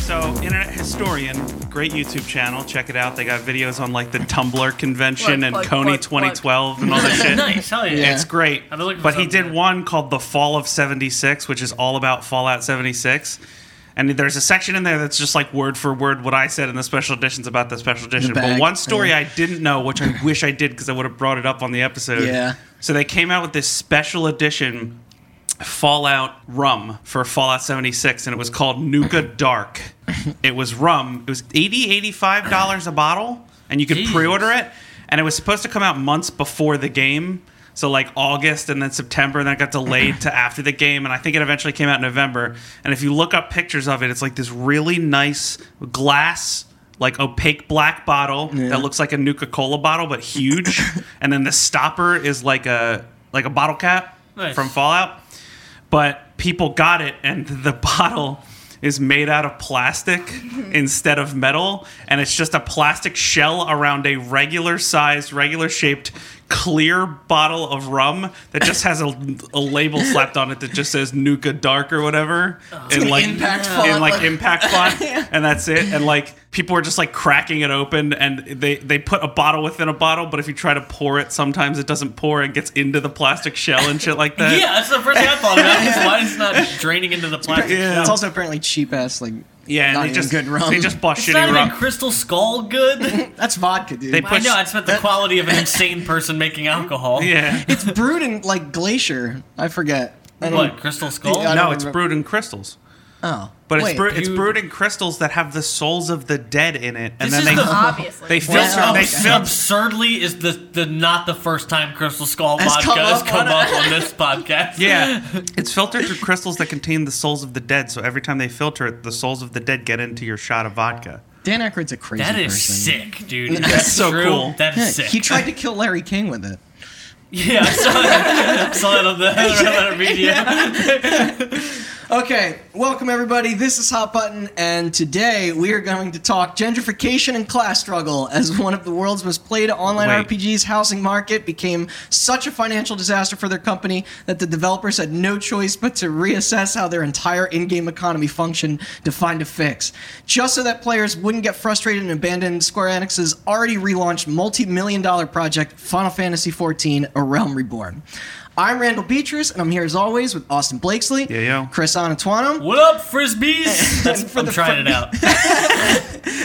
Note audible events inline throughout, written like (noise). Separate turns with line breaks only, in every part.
So, Internet Historian, great YouTube channel. Check it out. They got videos on like the Tumblr convention
Plug,
and
plug,
Coney
plug,
2012 and all that
(laughs)
shit.
nice. Hell yeah.
It's great.
I've been looking for
But he
something.
did one called The Fall of 76, which is all about Fallout 76. And there's a section in there that's just like word for word what I said in the special editions about the special edition. but
bag,
one story
yeah.
I didn't know, which I wish I did because I would have brought it up on the episode.
Yeah.
So they came out with this special edition Fallout rum for Fallout 76, and it was called Nuka Dark. It was rum. It was 80 $85 a bottle, and you could
Jesus.
pre order it. And it was supposed to come out months before the game. So, like August and then September, and then it got delayed to after the game. And I think it eventually came out in November. And if you look up pictures of it, it's like this really nice glass, like opaque black bottle that looks like a Nuka Cola bottle, but huge. and then the stopper is like a like a bottle cap
Nice.
from Fallout but people got it and (laughs) the bottle is made out
(laughs)
of plastic instead of metal and it's just a plastic shell around a regular sized regular shaped clear bottle of rum that just has a, a label slapped on it that just says nuka dark or whatever in like
Oh. impact font,
in like,
like-
impact
(laughs)
font and that's it and like people are just like cracking it open and they they put a bottle within a bottle but if you try to pour it sometimes it doesn't pour it gets into the plastic shell and shit like
(laughs)
that
Yeah, that's the first thing I thought about. Is why it's not draining into the plastic.
Yeah.
It's also apparently cheap ass, like
Yeah,
not
and they
even
just
good rum.
they just bought
It's not
shitty
even
rum.
Crystal Skull good.
(laughs) That's vodka, dude.
They
I
put
know. It's about the quality of an insane person making alcohol.
yeah.
it's brewed in like glacier. I forget. I
What?
don't-
Crystal
(laughs)
Skull?
I don't
No, it's
remember.
brewed in crystals.
Oh,
But it's
Wait,
brewed, it's
you-
brewed in crystals that have the souls of the dead in it, and
This
then
is
they
the-
Obviously.
they
This
filter
Wow.
they
abs-
filter
absurdly is the, the not the first time Crystal Skull
Has
vodka
come
has
up
come
on
up
it.
on this podcast.
yeah,
(laughs)
it's filtered through crystals that contain the souls of the dead. So every time they filter it, the souls of the dead get into your shot of vodka.
Dan Aykroyd's a crazy
That is
person.
sick, dude.
That's
That's
so
true.
cool.
That
Yeah,
is sick.
He tried to kill Larry King with it.
(laughs) yeah, I saw that, I saw that on the (laughs) on the media.
Okay, welcome everybody. This is Hot Button, and today we are going to talk gentrification and class struggle as one of the world's most played online
Wait.
RPGs housing market became such a financial disaster for their company that the developers had no choice but to reassess how their entire in-game economy functioned to find a fix. Just so that players wouldn't get frustrated and abandon Square Enix's already relaunched multi-million dollar project Final Fantasy XIV: A Realm Reborn. I'm Randall Beatrice, and I'm here as always with Austin Blakesley,
Yeah, yeah.
Chris Anatuano,
What up, frisbees? That's,
For
I'm
the
trying
fr-
it out.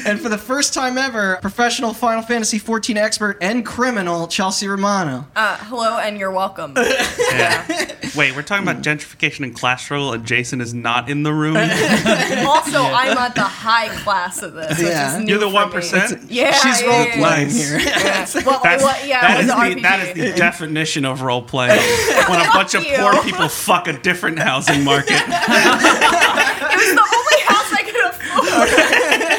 and for the first time ever, professional Final Fantasy XIV expert and criminal Chelsea Romano.
Uh, hello, and you're welcome.
(laughs)
Yeah. (laughs) Wait, we're talking
Hmm.
about gentrification and class struggle, and Jason is not in the
(laughs)
room.
also, I'm at the high class of this, which
Yeah.
is new
You're the
for
one
me.
percent.
Yeah,
She's
yeah,
role
yeah, yeah.
playing
yeah.
here.
Yeah. Well,
That's,
Oh,
well, yeah,
that,
it
is
was
the,
RPG.
that
(laughs)
is the definition of role
(laughs)
playing. when a bunch of
Fuck you.
poor people fuck a different housing market.
It was the only house I could
(laughs)
afford.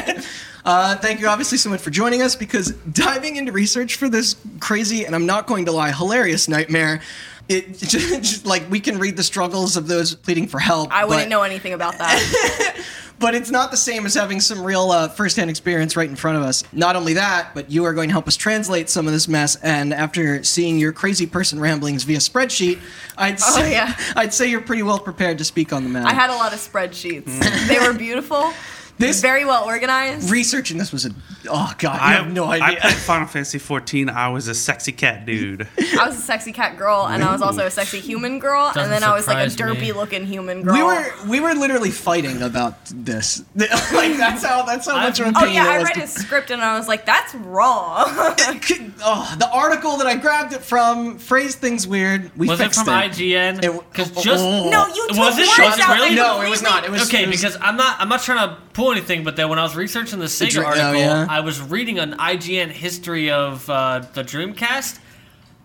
Uh, thank you, obviously, so much for joining us because diving into research for this crazy and I'm not going to lie, hilarious nightmare. It (laughs) just like we can read the struggles of those pleading for help.
I
but-
wouldn't know anything about that.
but it's not the same as having some real uh, first-hand experience right in front of us. Not only that, but you are going to help us translate some of this mess. And after seeing your crazy person ramblings via spreadsheet, I'd say,
Oh, yeah.
(laughs) I'd say you're pretty well prepared to speak on the matter.
I had a lot of spreadsheets. they were beautiful.
Mm. This-
very well organized.
research, and this was a oh god, I
I
have no idea.
I played Final Fantasy 14. I was a sexy cat dude.
I was a sexy cat girl, and I was also a sexy human girl,
Doesn't
and then I was like a
surprise me.
derpy looking human girl.
we were we were literally fighting about this. (laughs) like that's how that's how much of an
Oh
opinion
yeah,
it
I
was
read
to-
his script and I was like, "That's raw." (laughs)
Could- (laughs) oh, the article that I grabbed it from phrased things weird. We
Was it
fixed
from IGN?
It-
Because
oh,
just
oh.
no, you took
Was it
words
shot
out
really?
No, it was not. It was
okay,
it was-
because I'm not I'm not trying to pull anything, but then when I was researching the Sega
Dr- oh,
article,
yeah?
I was reading an IGN history of uh, the Dreamcast.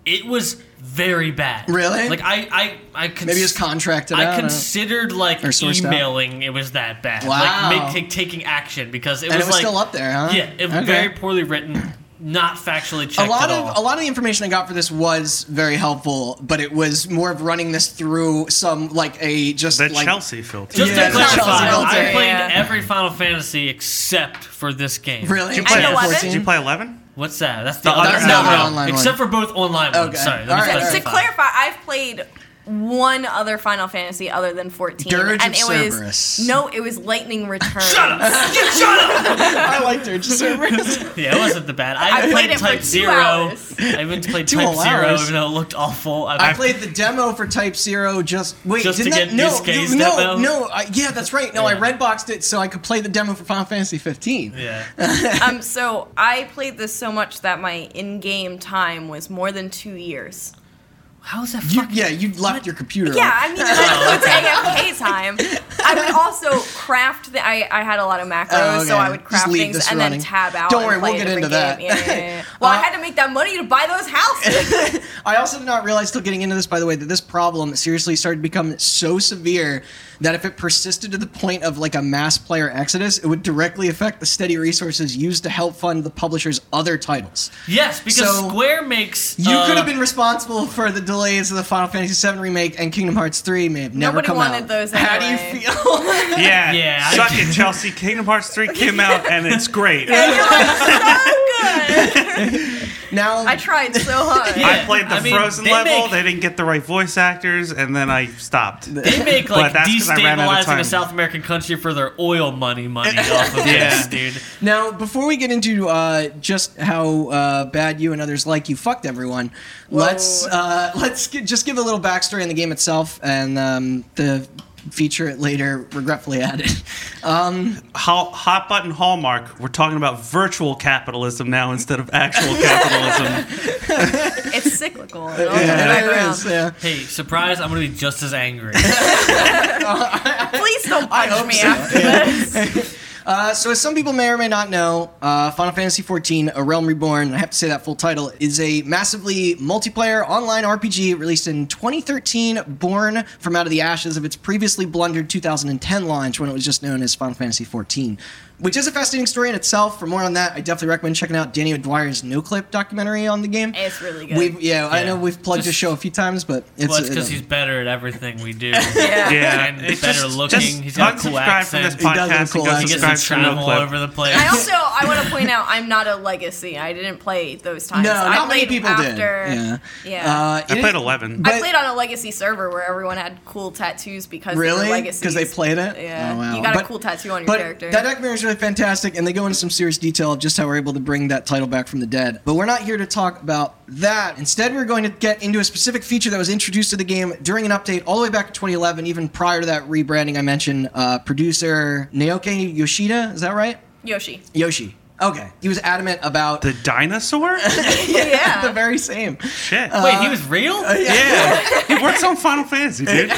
It was very bad.
Really?
Like I I I cons-
Maybe it's contracted out, I
I
don't know.
considered like
Or sourced out.
emailing. It was that bad.
Wow.
Like make, take, taking action because it
and
was,
it was
like
still up there, huh?
yeah, it was
Okay.
very poorly written, not factually checked
a lot
at
of
all.
a lot of the information I got for this was very helpful, but it was more of running this through some like a just
The
like
Chelsea filter.
Just
Yeah,
to clarify,
Chelsea built
I
it.
played
Yeah.
every Final Fantasy except for this game.
really
Did you play-
And 11?
Did you play 11?
What's that? That's the
No,
other
that's
no,
not
no,
the
no.
online one.
Except for both online ones.
Okay.
Sorry. let me
All right, all
to
right.
specify.
clarify, I've played one other Final Fantasy other than 14.
Dirge of
and it
Cerberus.
was no, it was
(laughs)
Lightning Returns.
I like Dirge of Cerberus.
(laughs)
Yeah, it wasn't the bad. I,
I played it for
Type
two
Zero.
hours.
I went to
(laughs)
play
Two
Type
whole
Zero,
hours.
even though it looked awful. I,
I played the demo for Type Zero. Just wait,
Just to
didn't
get
that, no,
this case
you- no,
demo?
no, I, yeah, that's right. No, I
Yeah.
redboxed it so I could play the demo for Final Fantasy 15. (laughs)
yeah.
(laughs) um, so I played this so much that my in-game time was more than two years.
How is that
You,
fucking?
yeah, you left your computer.
Yeah,
on.
I mean, that
(laughs)
includes AFK time. I would also craft. The, I I had a lot of macros,
Oh, okay.
so I would
Just
craft
leave
things
this
and
running.
then tab out.
Don't
and
worry, we'll
play a
get into
different
that.
game. Yeah, yeah, yeah. Well, I
Uh,
had to make that money to buy those houses.
I also did not realize till getting into this, by the way, that this problem seriously started to become so severe that if it persisted to the point of like a mass player exodus, it would directly affect the steady resources used to help fund the publisher's other titles.
Yes, because
So-
Square makes.
You
uh,
could have been responsible for the delays of the Final Fantasy VII remake and Kingdom Hearts 3 may have never
Nobody
come
wanted
out.
those
How do you
anyway.
feel? (laughs)
Yeah,
Yeah, I
Suck it, Chelsea. Kingdom Hearts three came out and it's great.
(laughs) now,
I tried so hard.
I played the
I mean,
Frozen
they
level.
make-
they didn't get the right voice actors, and then I stopped.
(laughs)
They make
But
like
that's 'cause I ran out of
destabilizing
time.
a South American country for their oil money money off
(laughs)
of
Yeah.
this, dude.
now, before we get into uh, just how uh, bad you and others like you fucked everyone, let's uh, (laughs) let's gi- just give a little backstory on the game itself and um, the feature it later regretfully added.
Hol- hot button hallmark. We're talking about virtual capitalism now instead of actual capitalism.
It's cyclical. It all
(laughs)
comes back
It
around.
is, yeah.
Hey, surprise! I'm gonna be just as angry.
Please don't
I
punch
hope
me
so.
after this.
Uh, so, as some people may or may not know, uh, Final Fantasy XIV: A Realm Reborn, I have to say that full title, is a massively multiplayer online RPG released in 2013, born from out of the ashes of its previously blundered 2010 launch when it was just known as Final Fantasy XIV, which is a fascinating story in itself. For more on that, I definitely recommend checking out Danny O'Dwyer's No Clip documentary on the game.
It's really good.
We've, yeah, I
Yeah.
know we've plugged the
Just-
show a few times, but it's uh,
Well, it's
it-
because he's better at everything we do.
(laughs) yeah.
Yeah,
And
it's
better looking. He's got a cool
unsubscribe from this
accent. He
does have a
podcast
cool
and
accent.
go
He
subscribe
gets to
to No
travel
Clip.
over the place.
I also I want to point out I'm not a legacy. I didn't play those times.
no,
I
not many
played
people
after,
did. Yeah,
Yeah.
Uh,
I
it-
played eleven.
but-
I played on a legacy server where everyone had cool tattoos because they
Really?
were legacies.
Because they played it?
Yeah,
Oh, wow.
you got
But-
a cool tattoo on your
But
character.
that documentary is really fantastic, and they go into some serious detail of just how we're able to bring that title back from the dead. But we're not here to talk about that. Instead, we're going to get into a specific feature that was introduced to the game during an update all the way back in 2011, even prior to that rebranding I mentioned. Uh, producer Naoki Yoshida, is that right? (laughs)
Yoshi.
Yoshi. Okay. He was adamant about
The dinosaur?
Yeah.
(laughs) the very same.
Shit.
Wait,
uh,
he was real?
yeah, (laughs) he works on Final Fantasy, dude.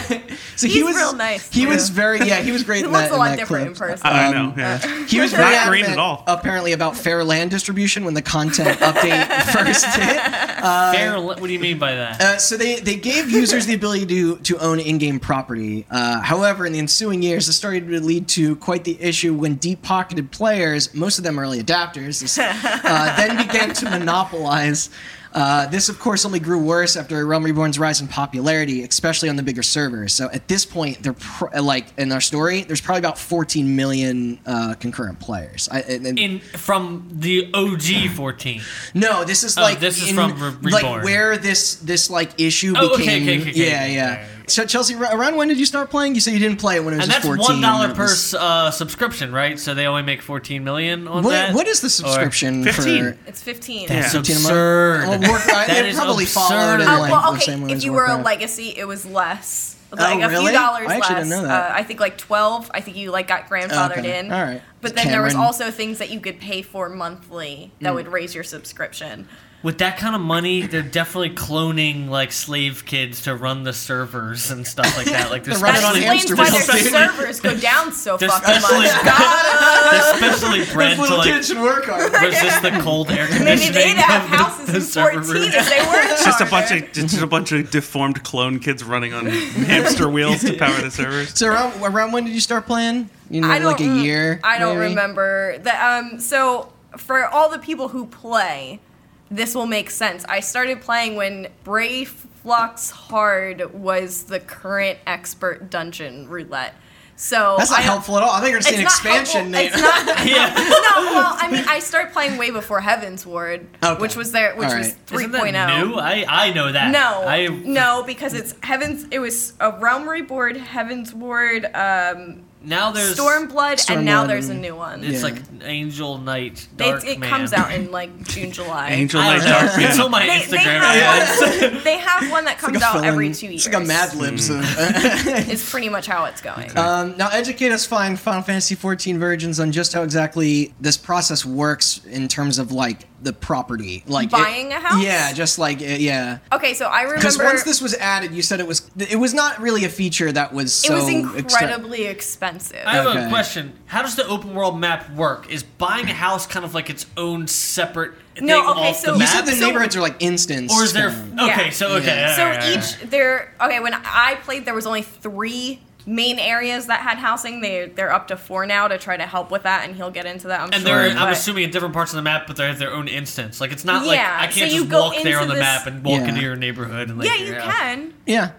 So he
He's
was
real nice,
He
too.
was very yeah. He
(laughs)
was great.
He
in
looks
that-
a
in
lot
that
different
clip.
in person.
I know.
Um,
Yeah.
He was
Not
very
green
adamant,
at all.
Apparently about fair land distribution when the content
(laughs)
update first hit.
uh,
Fair li- what do you mean by that?
Uh, so they, they gave users the ability to to own in-game property. Uh, however, in the ensuing years, this started to lead to quite the issue when deep-pocketed players, most of them early adapters,
(laughs)
this, uh, then began to monopolize. Uh, this, of course, only grew worse after Realm Reborn's rise in popularity, especially on the bigger servers. So at this point, they're pr- like in our story, there's probably about 14 million uh, concurrent players. I, and, and-
in from the OG 14.
no, this is like
Oh, this is from Re-
like
Reborn.
where this this like issue
Oh, okay,
became.
okay, okay, okay,
yeah,
okay,
yeah.
okay, okay.
So Chelsea, ra- around when did you start playing? You said you didn't play it when it was
And
just
that's
14.
one dollar
it
per
was-
uh, subscription, right? So they only make 14 million on
What,
that.
what is the
Or-
subscription
15.
for?
It's 15.
Yeah.
That's
15 a month? Oh,
absurd.
Well, work- I- it
That is
probably followed
absurd.
in
Uh,
like
well,
the
okay.
same way
If
as
you were a
Warcraft.
legacy, it was less. Like a
Oh, really?
few dollars
I actually
less.
didn't know that.
Uh, I think like 12. I think you like got grandfathered
Okay.
in.
All right.
But then there was
Cameron. Hmm.
also things that you could pay for monthly that would raise your subscription.
With that kind of money, they're definitely cloning like slave kids to run the servers and stuff like that. Like
(laughs)
they're
They're running
That
on
specially,
hamster
explains why
wheels, (laughs)
their
dude.
servers go down so
They're
fucking
specially-
much. God,
they're
(laughs)
specially bred
Those
to
little
like
kids should work hard.
resist the cold air
maybe
conditioning.
they'd have
of the- the
houses in
server
14
room.
if they were
It's just a bunch of it's just a bunch of deformed clone kids running on hamster wheels to power
(laughs)
the servers.
(laughs) So around around when did you start playing? You know,
I don't
like a
rem-
year.
I don't
maybe?
remember. The, um, so for all the people who play, this will make sense. I started playing when Brave Flux Hard was the current expert dungeon roulette. So
That's not
I-
helpful at all. I think you're
It's
saying
not
expansion
helpful.
name.
It's not. (laughs)
Yeah.
no, well, I mean, I started playing way before Heaven's Ward,
Okay.
which was there, which
All
was
right.
three oh.
Isn't that new? I I know that.
No,
I
no, because it's Heaven's. It was a Realm Reborn, Heaven's Ward, um,
now there's
Stormblood, and now
Stormblood
there's a
and-
new one.
It's
Yeah.
like Angel Knight Dark
It's, it
Man. (laughs)
comes out in like June, July.
Angel
I
Night
don't know.
Dark
It's
Man.
on my
They, they,
Instagram.
have one, (laughs) they have one
(laughs)
that
It's
comes
a
out every
fill-in-
two years.
It's like a Mad Libs.
Hmm. (laughs)
of-
It's pretty much how it's going.
um, now, educate us, fine Final Fantasy XIV Virgins, on just how exactly this process works in terms of like the property, like it-
Buying a house?
Yeah, just like uh, yeah.
Okay, so I
Because
remember
once this was added, you said it was it was not really a feature that was
it
so
was
extra-
incredibly expensive.
(laughs) I have
Okay.
a question. How does the open world map work? Is buying a house kind of like its own separate
No,
thing
okay,
off
so-
the
You
map?
said the
So-
neighborhoods are like instance,
or is there? Okay,
Yeah.
so okay.
Yeah.
So
alright, alright, alright.
each there okay, when I played there was only three main areas that had housing. They they're up to four now to try to help with that and he'll get into that I'm
And
sure.
they're, I'm
but-
assuming, in different parts of the map, but they have their own instance. Like, it's not like
Yeah,
I
so
can't
you
just
go
walk there
into
on the
this-
map and walk
Yeah.
into your neighborhood. And, like,
Yeah, you
your house.
can.
yeah.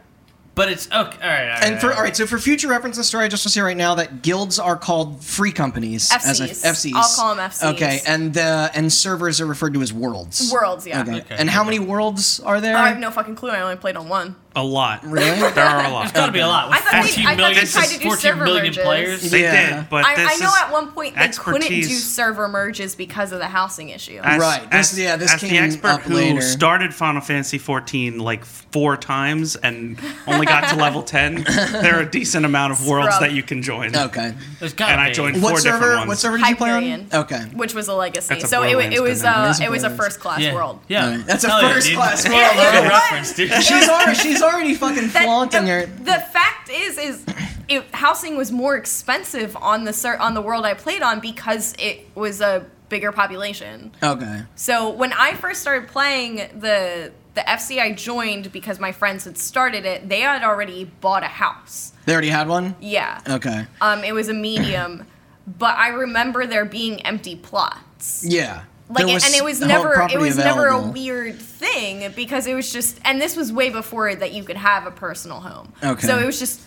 But it's okay. All right. All right
And for all right, so for future reference in the story, I just want to say right now that guilds are called free companies.
FCs.
FCs.
I'll call 'em FCs.
Okay, and uh, and servers are referred to as worlds.
Worlds, yeah.
Okay.
Okay,
And how many worlds are there?
I have no fucking clue. I only played on one.
A lot.
(laughs)
Really?
There are a
There's
lot.
got to be a lot. With
I thought they-
14
I thought they
million
tried
to do
14 million
server merges.
players.
They
Yeah.
did, but
I, I
this
know
is
at one point they couldn't do
expertise.
server merges because of the housing issue.
As-
Right. This-
as,
yeah, this
as the
came
expert
up
who
later.
started Final Fantasy 14 like four times and only got to level 10,
(laughs)
there are a decent amount of worlds
Scrub.
that you can join.
Okay.
There's got to be.
And I joined-
What
Four different
server?
ones.
What server did you play on?
Hyperion.
Okay.
which was a legacy.
That's a
So it, wa- it
Borderlands
was
thing.
uh,
That's a
it was a
Borderlands.
first class
yeah.
world.
Yeah.
All right. That's a
Hell yeah, dude.
first-class
(laughs) Yeah,
Well,
you know what?
reference, dude.
(laughs)
She's already she's already fucking
That- oh.
flaunting
the,
her.
the fact is, is it, housing was more expensive on the cer- on the world I played on because it was a bigger population.
Okay.
So when I first started playing the the FC I joined because my friends had started it, they had already bought a house.
They already had one.
Yeah.
Okay.
Um, it was a medium, but I remember there being empty plots.
Yeah.
like
There
it, and it was
whole
never it
property
was never a
available.
weird thing because it was just and this was way before that you could have a personal home
Okay.
so it was just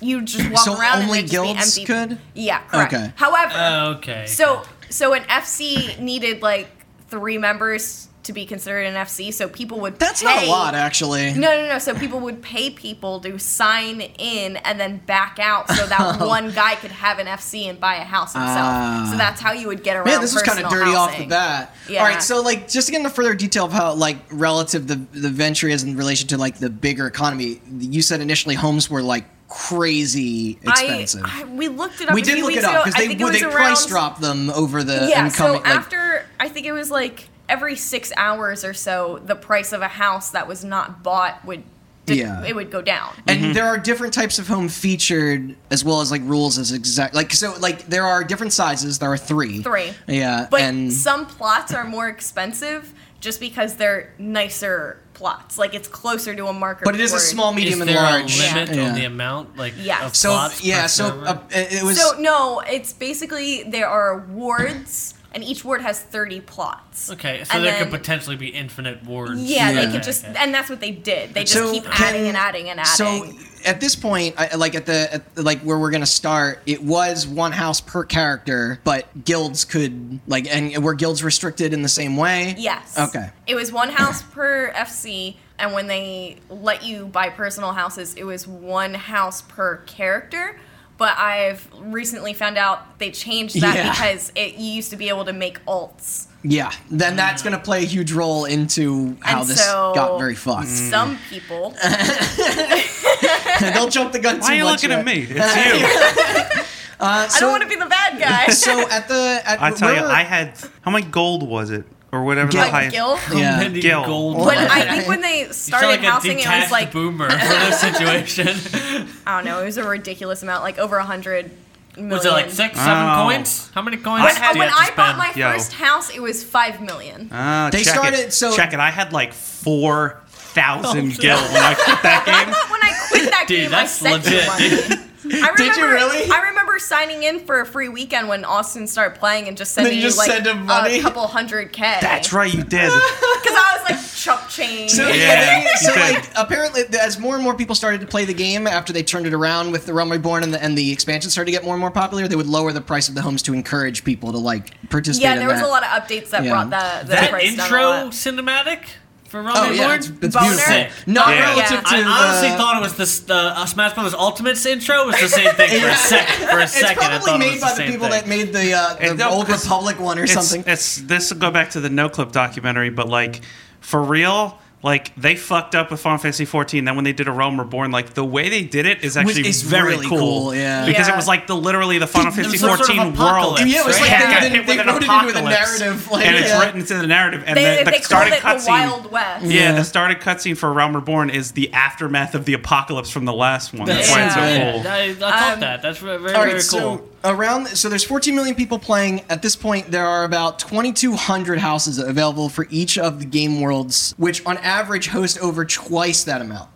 you just walk
So
around
only
and there'd
guilds
just be empty
could?
yeah correct
Okay.
however
Oh, Okay.
so so an fc needed like three members to be considered an fc so people would
That's
pay,
not a lot, actually.
no, no, no. So people would pay people to sign in and then back out, so
(laughs)
that one guy could have an FC and buy a house himself.
Oh. Ah.
so that's how you would get around.
Man, this was kind of
personal
dirty off the
housing.
bat.
Yeah.
All right, so like just to get into further detail of how like relative the the venture is in relation to like the bigger economy. You said initially homes were like crazy expensive.
I, I, we looked it up.
we
a
did
few
look it
weeks
up
ago.
because
I
they
think
would-
it was
they price
around-
drop them over the
Yeah.
incoming.
so
like-
after I think it was like every six hours or so, the price of a house that was not bought would did,
Yeah.
it would go down.
and
Mm-hmm.
there are different types of home featured as well as like rules as exact like so like there are different sizes. There are three.
Three.
Yeah,
But
and
some plots are more expensive just because they're nicer plots. Like it's closer to a marker.
but it is a
board.
small, medium,
is
and
there
large.
a limit
Yeah.
on the amount? Like,
Yeah.
of
so
plots per
yeah, so
server?
uh, it it was
So no, it's basically there are wards, and each ward has thirty plots.
okay, so
and
there
then-
could potentially be infinite wards.
Yeah,
Yeah.
they could just,
Okay.
and that's what they did. They just keep
can-
adding and adding and adding.
So at this point, I, like at the at, like where we're gonna start, it was one house per character, but guilds could like and were guilds restricted in the same way?
Yes.
Okay.
It was one house (laughs) per FC, and when they let you buy personal houses, it was one house per character. But I've recently found out they changed that
Yeah.
because it you used to be able to make alts.
Yeah.
Mm.
Then that's gonna play a huge role into how
And
this
so-
got very fucked. (laughs)
(laughs) Some people,
They'll jump the gun.
Why are you looking at me?
(laughs)
It's you.
I don't want to be (laughs) the bad guy.
Uh, So at the at
I tell you,
where-
I had how much gold was it or whatever the
(laughs) Like
highest.
guilt.
Yeah.
Mending
Gil.
gold.
When
lines.
I think when they
You sound
started
like
housing,
a
it
detached
was like
boomer for
(laughs)
this situation. (laughs)
I don't know, it was a ridiculous amount, like over a hundred million. Oh,
Was it like six, seven
Oh.
coins? How many coins?
I
did
had-
you
When
have to
I bought
spend?
my
Yo.
first house, it was five million.
Ah,
They
check
started-
It.
so- Oh,
check it. I had like four thousand gil when I quit that
I
game.
(laughs)
thought when I quit that
(laughs) Dude,
game,
that's
I sent
legit, (laughs)
you money. I remember,
Did you really?
I remember remember signing in for a free weekend when Austin started playing and just
then
sending
you
you,
just
like
send him money.
a couple hundred K. (laughs)
That's right, you did.
Because I was like chump change.
So,
Yeah.
so like apparently th- as more and more people started to play the game after they turned it around with the Realm Reborn and the, and the expansion started to get more and more popular, they would lower the price of the homes to encourage people to like participate.
yeah, there
in
was
that.
a lot of updates that
Yeah.
brought the, the
that
price down a
intro
lot.
cinematic for Ron
Oh
and
yeah,
Lord?
it's, it's
Boner?
beautiful.
Sick.
Not
Yeah.
relative to
Yeah.
I honestly
the-
thought it was this, the uh, Smash Brothers Ultimate's intro was the same
(laughs)
thing for a second. For a
It's
second,
probably
I thought it
made
was
by
the
the
same
people
thing.
that made the, uh, the
And no,
old
'cause
Republic one or
it's,
something.
It's this will go back to the No Clip documentary, but like for real, like they fucked up with Final Fantasy 14. Then when they did a Realm Reborn, like the way they did it is actually
is
very
really
cool,
cool, yeah.
because it
Yeah.
was like the literally
(laughs)
the Final Fantasy
was some sort of
14 world.
apocalypse,
yeah, it was like
Yeah.
they, they,
Hit with
they
an
wrote it into the
apocalypse.
narrative. Like,
and it's
yeah.
written into the narrative, and
They,
the,
they
the
called
starting
it the Wild
cutscene.
West.
Yeah,
Yeah.
the starting cutscene for Realm Reborn is the aftermath of the apocalypse from the last one. That's why it's so
Yeah.
cool.
I, I thought
Um,
that. That's very, very,
All right,
very cool.
so around so there's 14 million people playing at this point. There are about 2,200 houses available for each of the game worlds, which on average host over twice that amount.